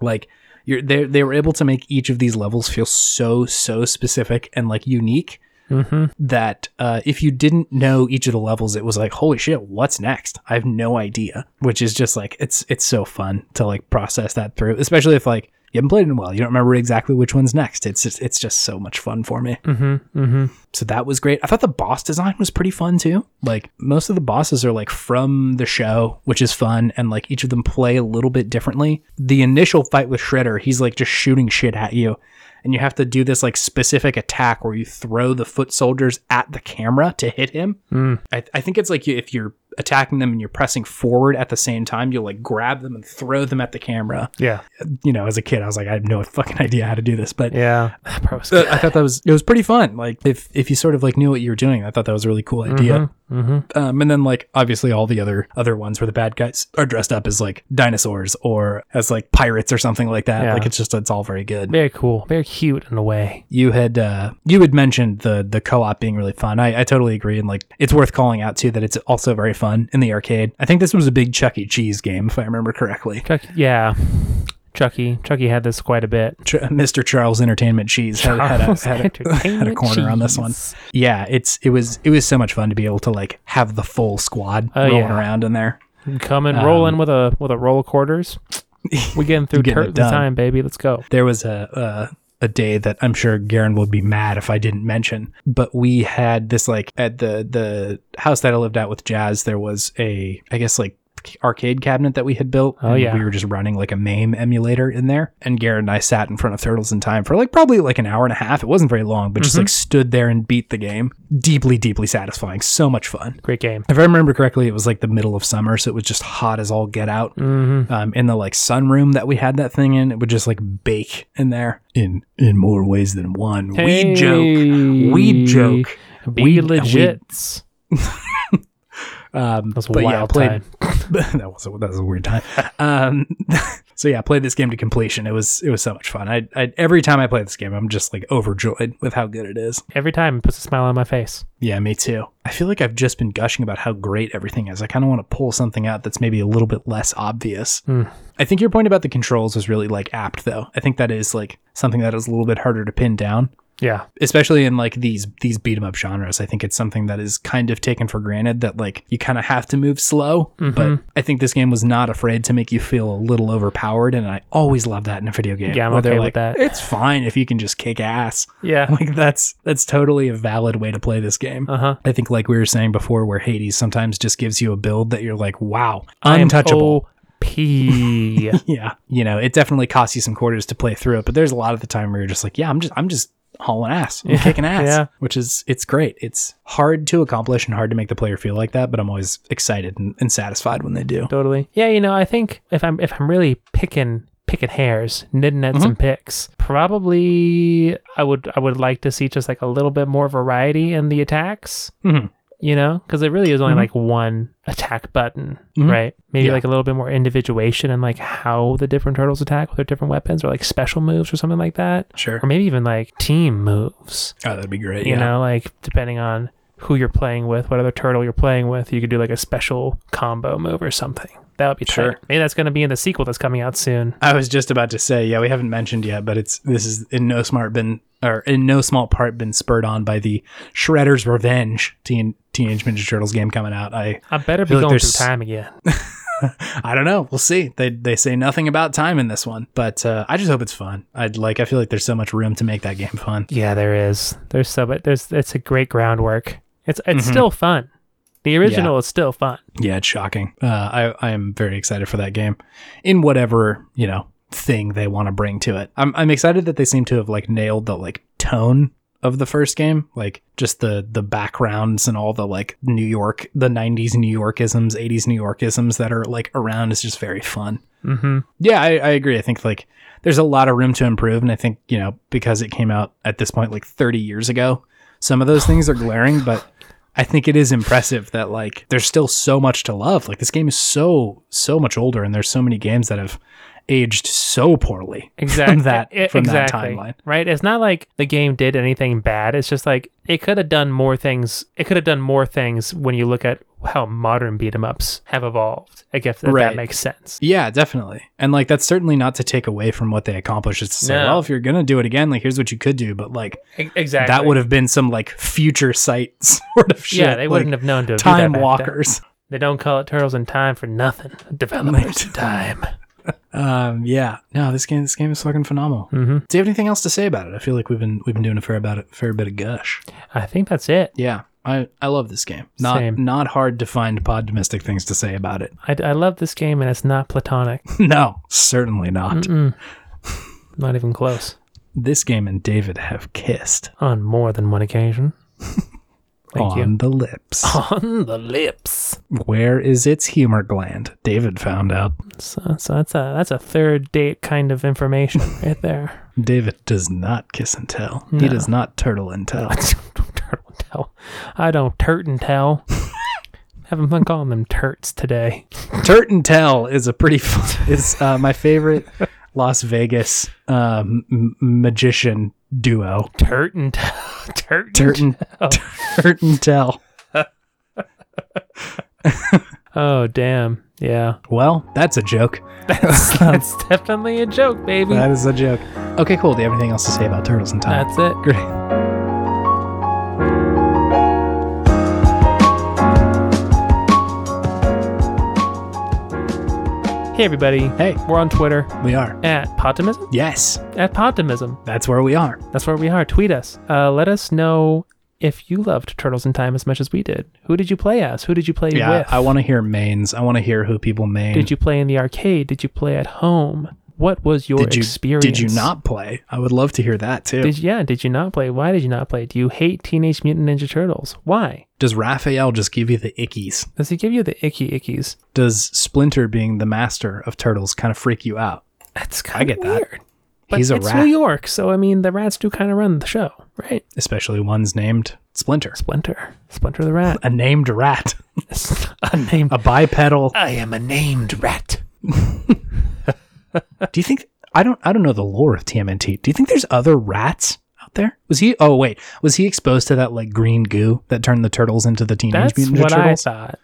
[SPEAKER 2] Like. You're, they, they were able to make each of these levels feel so so specific and like unique
[SPEAKER 1] hmm
[SPEAKER 2] that uh, if you didn't know each of the levels, it was like, holy shit, what's next? I have no idea. Which is just like it's it's so fun to like process that through, especially if like you haven't played in a while, you don't remember exactly which one's next. It's just, it's just so much fun for me.
[SPEAKER 1] hmm hmm
[SPEAKER 2] So that was great. I thought the boss design was pretty fun too. Like most of the bosses are like from the show, which is fun, and like each of them play a little bit differently. The initial fight with Shredder, he's like just shooting shit at you, and you have to do this like specific attack where you throw the foot soldiers at the camera to hit him.
[SPEAKER 1] Mm.
[SPEAKER 2] I, I think it's like you, if you're attacking them and you're pressing forward at the same time, you'll like grab them and throw them at the camera.
[SPEAKER 1] Yeah.
[SPEAKER 2] You know, as a kid, I was like, I have no fucking idea how to do this, but
[SPEAKER 1] Yeah. That part was
[SPEAKER 2] uh, I thought that was it was pretty fun. Like if if you sort of like knew what you were doing, I thought that was a really cool
[SPEAKER 1] Mm-hmm.
[SPEAKER 2] idea. Um, and then like obviously all the other other ones where the bad guys are dressed up as like dinosaurs or as like pirates or something like that.
[SPEAKER 1] Yeah.
[SPEAKER 2] Like it's just it's all very good.
[SPEAKER 1] Very cool. Very cute in a way.
[SPEAKER 2] You had uh, you had mentioned the the co op being really fun. I, I totally agree, and like it's worth calling out too that it's also very fun in the arcade. I think this was a big Chuck E. Cheese game if I remember correctly.
[SPEAKER 1] Chuck, yeah. Chucky. Chucky had this quite a bit.
[SPEAKER 2] Ch- Mr. Charles Entertainment Cheese had, had, a,
[SPEAKER 1] Charles
[SPEAKER 2] had, a, had a
[SPEAKER 1] Entertainment
[SPEAKER 2] corner on this one.
[SPEAKER 1] Cheese.
[SPEAKER 2] Yeah, it's it was it was so much fun to be able to like have the full squad
[SPEAKER 1] Oh,
[SPEAKER 2] rolling
[SPEAKER 1] yeah.
[SPEAKER 2] around in there.
[SPEAKER 1] Coming rolling with a with a roll of quarters. We getting through
[SPEAKER 2] Um, Getting
[SPEAKER 1] tur-
[SPEAKER 2] it
[SPEAKER 1] the
[SPEAKER 2] done.
[SPEAKER 1] time, baby. Let's go.
[SPEAKER 2] There was a uh, a day that I'm sure Garen would be mad if I didn't mention. But we had this like at the the house that I lived at with Jazz, there was a I guess like arcade cabinet that we had built.
[SPEAKER 1] Oh,
[SPEAKER 2] and
[SPEAKER 1] yeah.
[SPEAKER 2] We were just running like a MAME emulator in there. And Garen and I sat in front of Turtles in Time for like probably like an hour and a half. It wasn't very long, but just
[SPEAKER 1] Mm-hmm.
[SPEAKER 2] like stood there and beat the game. Deeply, deeply satisfying. So much fun.
[SPEAKER 1] Great game.
[SPEAKER 2] If I remember correctly, it was like the middle of summer, so it was just hot as all get out. Mm-hmm. Um, in the like sunroom that we had that thing in, it would just like bake in there in in more ways than one. Weed joke, weed joke.
[SPEAKER 1] Be
[SPEAKER 2] Weed-
[SPEAKER 1] legit.
[SPEAKER 2] Um,
[SPEAKER 1] That's a
[SPEAKER 2] but yeah,
[SPEAKER 1] wild
[SPEAKER 2] played-
[SPEAKER 1] time.
[SPEAKER 2] that was a, that was a weird time. Um, so yeah, I played this game to completion. It was it was so much fun. I, I every time I play this game, I'm just like overjoyed with how good it is.
[SPEAKER 1] Every time it puts a smile on my face.
[SPEAKER 2] Yeah, me too. I feel like I've just been gushing about how great everything is. I kind of want to pull something out that's maybe a little bit less obvious.
[SPEAKER 1] Hmm.
[SPEAKER 2] I think your point about the controls was really like apt though. I think that is like something that is a little bit harder to pin down,
[SPEAKER 1] Yeah.
[SPEAKER 2] especially in like these these beat 'em up genres. I think it's something that is kind of taken for granted that like you kind of have to move slow,
[SPEAKER 1] Mm-hmm.
[SPEAKER 2] but I think this game was not afraid to make you feel a little overpowered and I always love that in a video game.
[SPEAKER 1] Yeah, I'm
[SPEAKER 2] where they're
[SPEAKER 1] okay with
[SPEAKER 2] like,
[SPEAKER 1] that.
[SPEAKER 2] It's fine if you can just kick ass.
[SPEAKER 1] Yeah.
[SPEAKER 2] Like that's that's totally a valid way to play this game.
[SPEAKER 1] Uh-huh.
[SPEAKER 2] I think like we were saying before, where Hades sometimes just gives you a build that you're like, wow,
[SPEAKER 1] I am
[SPEAKER 2] untouchable.
[SPEAKER 1] OP.
[SPEAKER 2] yeah, you know, it definitely costs you some quarters to play through it, but there's a lot of the time where you're just like, yeah, I'm just I'm just hauling ass, I'm kicking ass,
[SPEAKER 1] yeah.
[SPEAKER 2] which is it's great. It's hard to accomplish and hard to make the player feel like that, but I'm always excited and, and satisfied when they do.
[SPEAKER 1] totally. Yeah, you know, I think if I'm if I'm really picking picking hairs, knitting at some picks, probably I would I would like to see just like a little bit more variety in the attacks.
[SPEAKER 2] Mhm.
[SPEAKER 1] You know, because it really is only like one attack button, right? Maybe
[SPEAKER 2] Yeah.
[SPEAKER 1] like a little bit more individuation and like how the different turtles attack with their different weapons or like special moves or something like that.
[SPEAKER 2] Sure,
[SPEAKER 1] Or maybe even like team moves
[SPEAKER 2] oh, that'd be great.
[SPEAKER 1] you
[SPEAKER 2] yeah.
[SPEAKER 1] know like depending on who you're playing with what other turtle you're playing with you could do like a special combo move or something that would be
[SPEAKER 2] Sure.
[SPEAKER 1] sure maybe that's going to be in the sequel that's coming out soon
[SPEAKER 2] I was just about to say, yeah, we haven't mentioned yet, but it's this is in no smart been or in no small part been spurred on by the Shredder's Revenge teen, Teenage Ninja Turtles game coming out. I
[SPEAKER 1] i better be
[SPEAKER 2] feel like
[SPEAKER 1] going
[SPEAKER 2] there's-
[SPEAKER 1] through time again
[SPEAKER 2] I don't know, we'll see. They they say nothing about time in this one, but uh, I just hope it's fun. I'd like I feel like there's so much room to make that game fun.
[SPEAKER 1] yeah there is there's so but there's it's a great groundwork it's it's
[SPEAKER 2] Mm-hmm.
[SPEAKER 1] still fun the original is still fun
[SPEAKER 2] Yeah, it's shocking. Uh, I I am very excited for that game, in whatever you know thing they want to bring to it. I'm I'm excited that they seem to have like nailed the like tone of the first game, like just the the backgrounds and all the like New York, the '90s New Yorkisms, '80s New Yorkisms that are like around is just very fun.
[SPEAKER 1] mm-hmm
[SPEAKER 2] Yeah, I, I agree. I think like there's a lot of room to improve, and I think you know because it came out at this point like 30 years ago, some of those things are glaring, but I think it is impressive that like there's still so much to love. Like this game is so so much older, and there's so many games that have aged so poorly
[SPEAKER 1] exactly
[SPEAKER 2] from that
[SPEAKER 1] E-
[SPEAKER 2] from
[SPEAKER 1] exactly.
[SPEAKER 2] that timeline.
[SPEAKER 1] right it's not like the game did anything bad it's just like it could have done more things it could have done more things when you look at how modern beat 'em ups have evolved i guess that,
[SPEAKER 2] Right.
[SPEAKER 1] that makes sense
[SPEAKER 2] Yeah, definitely. And like that's certainly not to take away from what they accomplished. It's to say,
[SPEAKER 1] No.
[SPEAKER 2] well, if you're gonna do it again, like here's what you could do, but like
[SPEAKER 1] E- Exactly.
[SPEAKER 2] that would have been some like future sight sort of shit.
[SPEAKER 1] Yeah, they wouldn't
[SPEAKER 2] like,
[SPEAKER 1] have known to have
[SPEAKER 2] time
[SPEAKER 1] do that back then.
[SPEAKER 2] walkers.
[SPEAKER 1] They don't call it turtles in time for nothing. Developers in time.
[SPEAKER 2] Um, yeah, no, this game, this game is fucking phenomenal.
[SPEAKER 1] Mhm.
[SPEAKER 2] Do you have anything else to say about it? I feel like we've been we've been doing a fair about it, fair bit of gush.
[SPEAKER 1] I think that's it.
[SPEAKER 2] Yeah, I I love this game. Not
[SPEAKER 1] Same.
[SPEAKER 2] not hard to find pod domestic things to say about it.
[SPEAKER 1] I, I love this game, and it's not platonic.
[SPEAKER 2] no, certainly not.
[SPEAKER 1] Not even close.
[SPEAKER 2] This game and David have kissed
[SPEAKER 1] On more than one occasion. Thank
[SPEAKER 2] on
[SPEAKER 1] you.
[SPEAKER 2] the lips.
[SPEAKER 1] On the lips.
[SPEAKER 2] Where is its humor gland? David found out.
[SPEAKER 1] So, so that's a that's a third date kind of information right there.
[SPEAKER 2] David does not kiss and tell. He does not turtle and tell.
[SPEAKER 1] don't turtle and tell. I don't turt and tell. Having fun calling them turts today.
[SPEAKER 2] Turt and Tell is a pretty fun, is uh, my favorite Las Vegas um, m- magician duo.
[SPEAKER 1] Turt and tell. Turt and
[SPEAKER 2] Turt and, Turt and Tell.
[SPEAKER 1] Oh damn! Yeah,
[SPEAKER 2] Well, that's a joke.
[SPEAKER 1] that's, that's definitely a joke, baby.
[SPEAKER 2] That is a joke. Okay, cool. Do you have anything else to say about turtles and time?
[SPEAKER 1] That's it.
[SPEAKER 2] Great.
[SPEAKER 1] Hey, everybody.
[SPEAKER 2] Hey.
[SPEAKER 1] We're on Twitter
[SPEAKER 2] We are.
[SPEAKER 1] at Potimism.
[SPEAKER 2] Yes,
[SPEAKER 1] At Potimism.
[SPEAKER 2] that's where we are.
[SPEAKER 1] That's where we are. Tweet us. Uh, let us know if you loved Turtles in Time as much as we did. Who did you play as? Who did you play
[SPEAKER 2] Yeah,
[SPEAKER 1] with?
[SPEAKER 2] I want to hear mains. I want to hear who people main.
[SPEAKER 1] Did you play in the arcade? Did you play at home? What was your
[SPEAKER 2] Did you,
[SPEAKER 1] experience?
[SPEAKER 2] did you not play? I would love to hear that too.
[SPEAKER 1] Did, yeah, did you not play? Why did you not play? Do you hate Teenage Mutant Ninja Turtles? Why?
[SPEAKER 2] Does Raphael just give you the ickies?
[SPEAKER 1] Does he give you the icky ickies?
[SPEAKER 2] Does Splinter being the master of turtles kind of freak you out?
[SPEAKER 1] That's
[SPEAKER 2] I
[SPEAKER 1] kind
[SPEAKER 2] get
[SPEAKER 1] of
[SPEAKER 2] that.
[SPEAKER 1] weird. But
[SPEAKER 2] He's a
[SPEAKER 1] it's
[SPEAKER 2] rat,
[SPEAKER 1] New York, so I mean, the rats do kind of run the show, right?
[SPEAKER 2] especially ones named Splinter.
[SPEAKER 1] Splinter, Splinter the rat,
[SPEAKER 2] A named rat,
[SPEAKER 1] a name.
[SPEAKER 2] a bipedal.
[SPEAKER 1] I am a named rat.
[SPEAKER 2] Do you think I don't I don't know the lore of TMNT. Do you think there's other rats out there? Was he Oh wait, was he exposed to that like green goo that turned the turtles into the teenage
[SPEAKER 1] That's
[SPEAKER 2] mutant Ninja
[SPEAKER 1] what I
[SPEAKER 2] turtles?
[SPEAKER 1] thought.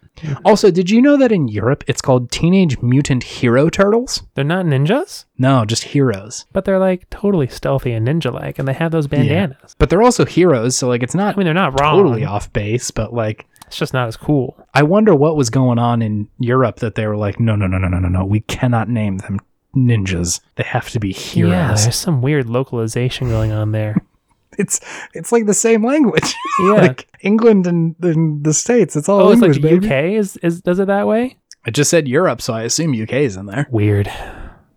[SPEAKER 2] Also, did you know that in Europe it's called Teenage Mutant Hero Turtles?
[SPEAKER 1] They're not ninjas,
[SPEAKER 2] No, just heroes.
[SPEAKER 1] but they're like totally stealthy and ninja-like, and they have those bandanas.
[SPEAKER 2] But they're also heroes, so like it's not
[SPEAKER 1] I mean, they're not wrong.
[SPEAKER 2] totally off base, but like
[SPEAKER 1] It's just not as cool.
[SPEAKER 2] I wonder what was going on in Europe that they were like, no, no, no, no, no, no, no, we cannot name them ninjas. They have to be heroes.
[SPEAKER 1] Yeah, there's some weird localization going on there.
[SPEAKER 2] It's it's like the same language.
[SPEAKER 1] Yeah.
[SPEAKER 2] like England and, and the States. It's all
[SPEAKER 1] oh, it's like
[SPEAKER 2] English,
[SPEAKER 1] the
[SPEAKER 2] baby.
[SPEAKER 1] UK is is does it that way?
[SPEAKER 2] I just said Europe, so I assume UK is in there.
[SPEAKER 1] Weird.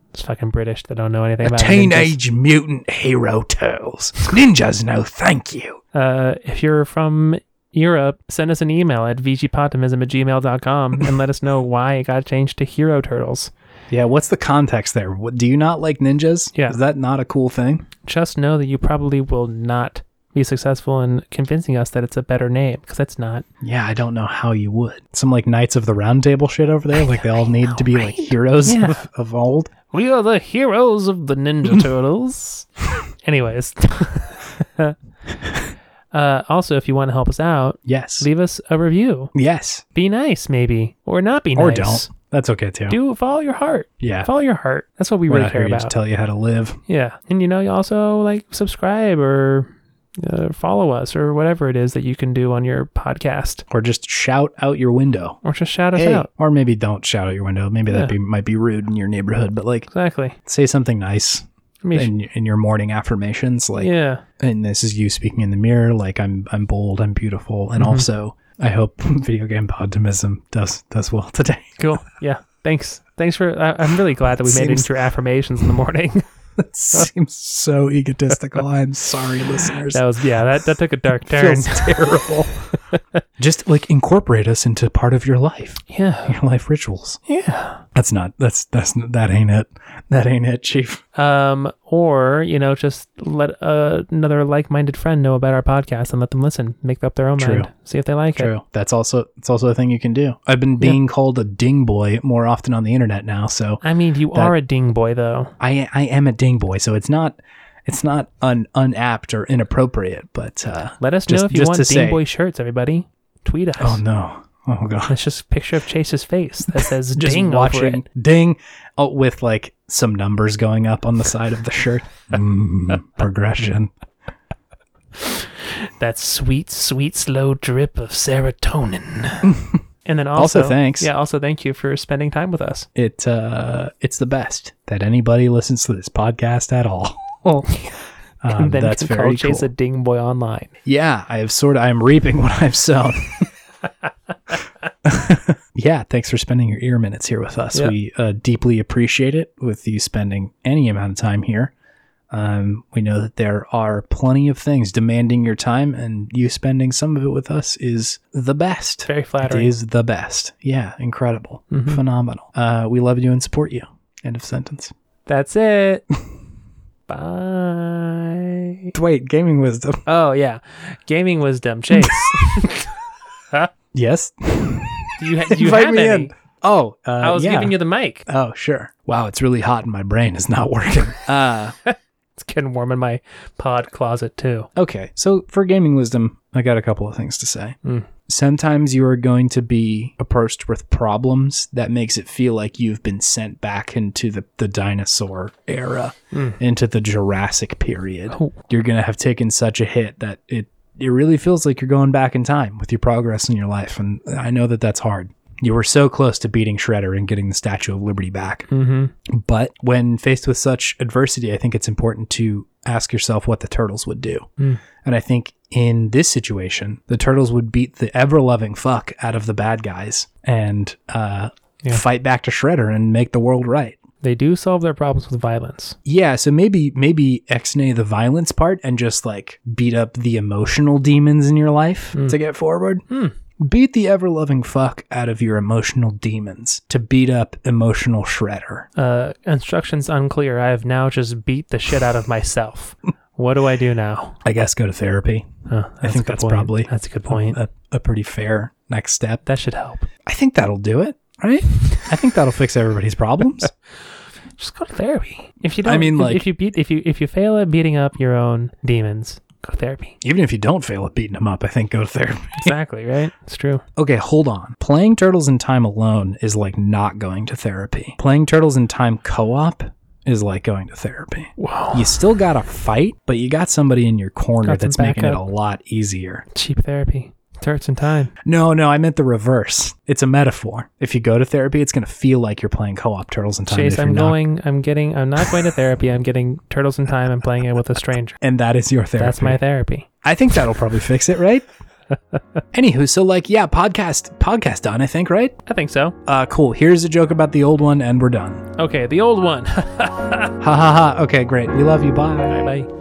[SPEAKER 1] It's fucking British. They don't know anything about ninjas.
[SPEAKER 2] Teenage Mutant Hero Turtles. Ninjas, no, thank you.
[SPEAKER 1] uh, if you're from Europe, send us an email at vgpotimism at gmail.com and let us know why it got changed to Hero Turtles.
[SPEAKER 2] Yeah, what's the context there? What, do you not like ninjas?
[SPEAKER 1] Yeah.
[SPEAKER 2] Is that not a cool thing?
[SPEAKER 1] Just know that you probably will not be successful in convincing us that it's a better name because that's not.
[SPEAKER 2] Yeah, I don't know how you would. Some like Knights of the Round Table shit over there. Like they all need to be like heroes
[SPEAKER 1] Yeah.
[SPEAKER 2] of, of old.
[SPEAKER 1] We are the heroes of the Ninja Turtles. Anyways. uh, also, if you want to help us out,
[SPEAKER 2] Yes.
[SPEAKER 1] leave us a review.
[SPEAKER 2] yes.
[SPEAKER 1] Be nice, maybe, or not be nice.
[SPEAKER 2] Or don't. That's okay too.
[SPEAKER 1] Do follow your heart.
[SPEAKER 2] yeah.
[SPEAKER 1] Follow your heart. That's what we
[SPEAKER 2] We're
[SPEAKER 1] really
[SPEAKER 2] not
[SPEAKER 1] care
[SPEAKER 2] here
[SPEAKER 1] about.
[SPEAKER 2] to tell you how to live.
[SPEAKER 1] Yeah. And you know, you also like subscribe or uh, follow us or whatever it is that you can do on your podcast
[SPEAKER 2] Or just shout out your window.
[SPEAKER 1] or just shout us
[SPEAKER 2] Hey.
[SPEAKER 1] out.
[SPEAKER 2] Or maybe don't shout out your window. Maybe that
[SPEAKER 1] Yeah.
[SPEAKER 2] be, might be rude in your neighborhood, but like
[SPEAKER 1] Exactly.
[SPEAKER 2] say something nice
[SPEAKER 1] I mean,
[SPEAKER 2] in, in your morning affirmations. Like,
[SPEAKER 1] yeah.
[SPEAKER 2] and this is you speaking in the mirror. Like, I'm I'm bold, I'm beautiful,
[SPEAKER 1] Mm-hmm.
[SPEAKER 2] and also I hope video game podtimism does does well today.
[SPEAKER 1] Cool. Yeah. Thanks. Thanks for. I, I'm really glad that we made it
[SPEAKER 2] Seems-
[SPEAKER 1] into your affirmations in the morning.
[SPEAKER 2] That seems so egotistical. I'm sorry, listeners.
[SPEAKER 1] that was yeah. That that took a dark turn.
[SPEAKER 2] Feels terrible. Just like incorporate us into part of your life,
[SPEAKER 1] yeah.
[SPEAKER 2] your life rituals.
[SPEAKER 1] Yeah.
[SPEAKER 2] That's not. That's that's that ain't it. That ain't it, Chief.
[SPEAKER 1] Um. Or you know, just let uh, another like-minded friend know about our podcast and let them listen, make up their own
[SPEAKER 2] True.
[SPEAKER 1] mind, see if they like it.
[SPEAKER 2] True. That's also it's also a thing you can do. I've been being called a ding boy more often on the internet now, so
[SPEAKER 1] I mean, you
[SPEAKER 2] That-
[SPEAKER 1] are a ding boy though.
[SPEAKER 2] I I am a ding boy. So it's not it's not un, unapt or inappropriate, but uh,
[SPEAKER 1] Let us
[SPEAKER 2] Just-
[SPEAKER 1] know if you
[SPEAKER 2] just
[SPEAKER 1] want
[SPEAKER 2] to
[SPEAKER 1] Ding
[SPEAKER 2] say.
[SPEAKER 1] Boy shirts, everybody. Tweet us.
[SPEAKER 2] oh no, oh god,
[SPEAKER 1] It's just a picture of Chase's face that says
[SPEAKER 2] just
[SPEAKER 1] Ding over
[SPEAKER 2] watching
[SPEAKER 1] it.
[SPEAKER 2] ding oh, with like some numbers going up on the side of the shirt. Mm, progression.
[SPEAKER 1] That sweet, sweet, slow drip of serotonin. and then also,
[SPEAKER 2] Also, thanks.
[SPEAKER 1] Yeah, also thank you for spending time with us.
[SPEAKER 2] It uh, it's the best that anybody listens to this podcast at all. Um,
[SPEAKER 1] and then
[SPEAKER 2] that's
[SPEAKER 1] you can
[SPEAKER 2] very
[SPEAKER 1] call Chase
[SPEAKER 2] cool.
[SPEAKER 1] a Ding Boy online.
[SPEAKER 2] Yeah, I have sort of. I'm reaping what I've sown. yeah, thanks for spending your ear minutes here with us.
[SPEAKER 1] Yeah.
[SPEAKER 2] We uh, deeply appreciate it with you spending any amount of time here. Um, we know that there are plenty of things demanding your time, and you spending some of it with us is the best.
[SPEAKER 1] Very
[SPEAKER 2] It
[SPEAKER 1] flattering.
[SPEAKER 2] is the best. Yeah, incredible,
[SPEAKER 1] Mhm.
[SPEAKER 2] phenomenal. Uh, we love you and support you. End of sentence.
[SPEAKER 1] That's it. Bye.
[SPEAKER 2] Wait, gaming wisdom.
[SPEAKER 1] Oh yeah, gaming wisdom, Chase.
[SPEAKER 2] Yes,
[SPEAKER 1] do you, ha- do you
[SPEAKER 2] Invite
[SPEAKER 1] have
[SPEAKER 2] me
[SPEAKER 1] any?
[SPEAKER 2] in. Oh, uh,
[SPEAKER 1] I was
[SPEAKER 2] yeah.
[SPEAKER 1] giving you the mic.
[SPEAKER 2] Oh, sure. Wow, it's really hot and my brain is not working. uh,
[SPEAKER 1] It's getting warm in my pod closet too.
[SPEAKER 2] okay. So, for gaming wisdom, I got a couple of things to say.
[SPEAKER 1] Mm.
[SPEAKER 2] Sometimes you are going to be approached with problems that makes it feel like you've been sent back into the, the dinosaur era, into the Jurassic period.
[SPEAKER 1] Oh.
[SPEAKER 2] You're going to have taken such a hit that it it really feels like you're going back in time with your progress in your life and I know that that's hard. You were so close to beating Shredder and getting the Statue of Liberty back. But when faced with such adversity, I think it's important to ask yourself what the turtles would do. And I think in this situation, the turtles would beat the ever loving fuck out of the bad guys and uh, fight back to Shredder and make the world right.
[SPEAKER 1] They do solve their problems with violence.
[SPEAKER 2] Yeah, so maybe maybe ex-nay the violence part and just like beat up the emotional demons in your life to get forward. Beat the ever-loving fuck out of your emotional demons to beat up emotional shredder.
[SPEAKER 1] Uh, instructions unclear. I have now just beat the shit out of myself. what do I do now?
[SPEAKER 2] I guess go to therapy.
[SPEAKER 1] Huh,
[SPEAKER 2] I
[SPEAKER 1] a
[SPEAKER 2] think
[SPEAKER 1] good
[SPEAKER 2] that's
[SPEAKER 1] point.
[SPEAKER 2] probably
[SPEAKER 1] that's a good point.
[SPEAKER 2] a, a pretty fair next step.
[SPEAKER 1] that should help.
[SPEAKER 2] I think that'll do it, right? I think that'll fix everybody's problems.
[SPEAKER 1] Just go to therapy. If you don't,
[SPEAKER 2] I mean,
[SPEAKER 1] if-
[SPEAKER 2] like-
[SPEAKER 1] if you beat, if you if you fail at beating up your own demons, go to therapy.
[SPEAKER 2] Even if you don't fail at beating them up, I think go to therapy.
[SPEAKER 1] Exactly right. It's true.
[SPEAKER 2] Okay, hold on. Playing Turtles in Time alone is like not going to therapy. Playing Turtles in Time co-op is like going to therapy.
[SPEAKER 1] Wow.
[SPEAKER 2] You still got to fight, but you got somebody in your corner
[SPEAKER 1] Got some
[SPEAKER 2] that's making it a
[SPEAKER 1] backup.
[SPEAKER 2] lot easier.
[SPEAKER 1] Cheap therapy. Turts in time.
[SPEAKER 2] No, no, I meant the reverse. It's a metaphor. If you go to therapy, it's going to feel like you're playing co-op Turtles in Time.
[SPEAKER 1] Chase,
[SPEAKER 2] if you're
[SPEAKER 1] I'm
[SPEAKER 2] not-
[SPEAKER 1] going. I'm getting. I'm not going to therapy. I'm getting turtles in time. I'm playing it with a stranger.
[SPEAKER 2] and that is your therapy.
[SPEAKER 1] That's my therapy.
[SPEAKER 2] I think that'll probably fix it, right? Anywho, so like, yeah, podcast, podcast done. I think, right?
[SPEAKER 1] I think so.
[SPEAKER 2] Uh, cool. Here's a joke about the old one, and we're done.
[SPEAKER 1] Okay, the old one.
[SPEAKER 2] Ha ha ha. Okay, great. We love you. Bye.
[SPEAKER 1] bye bye.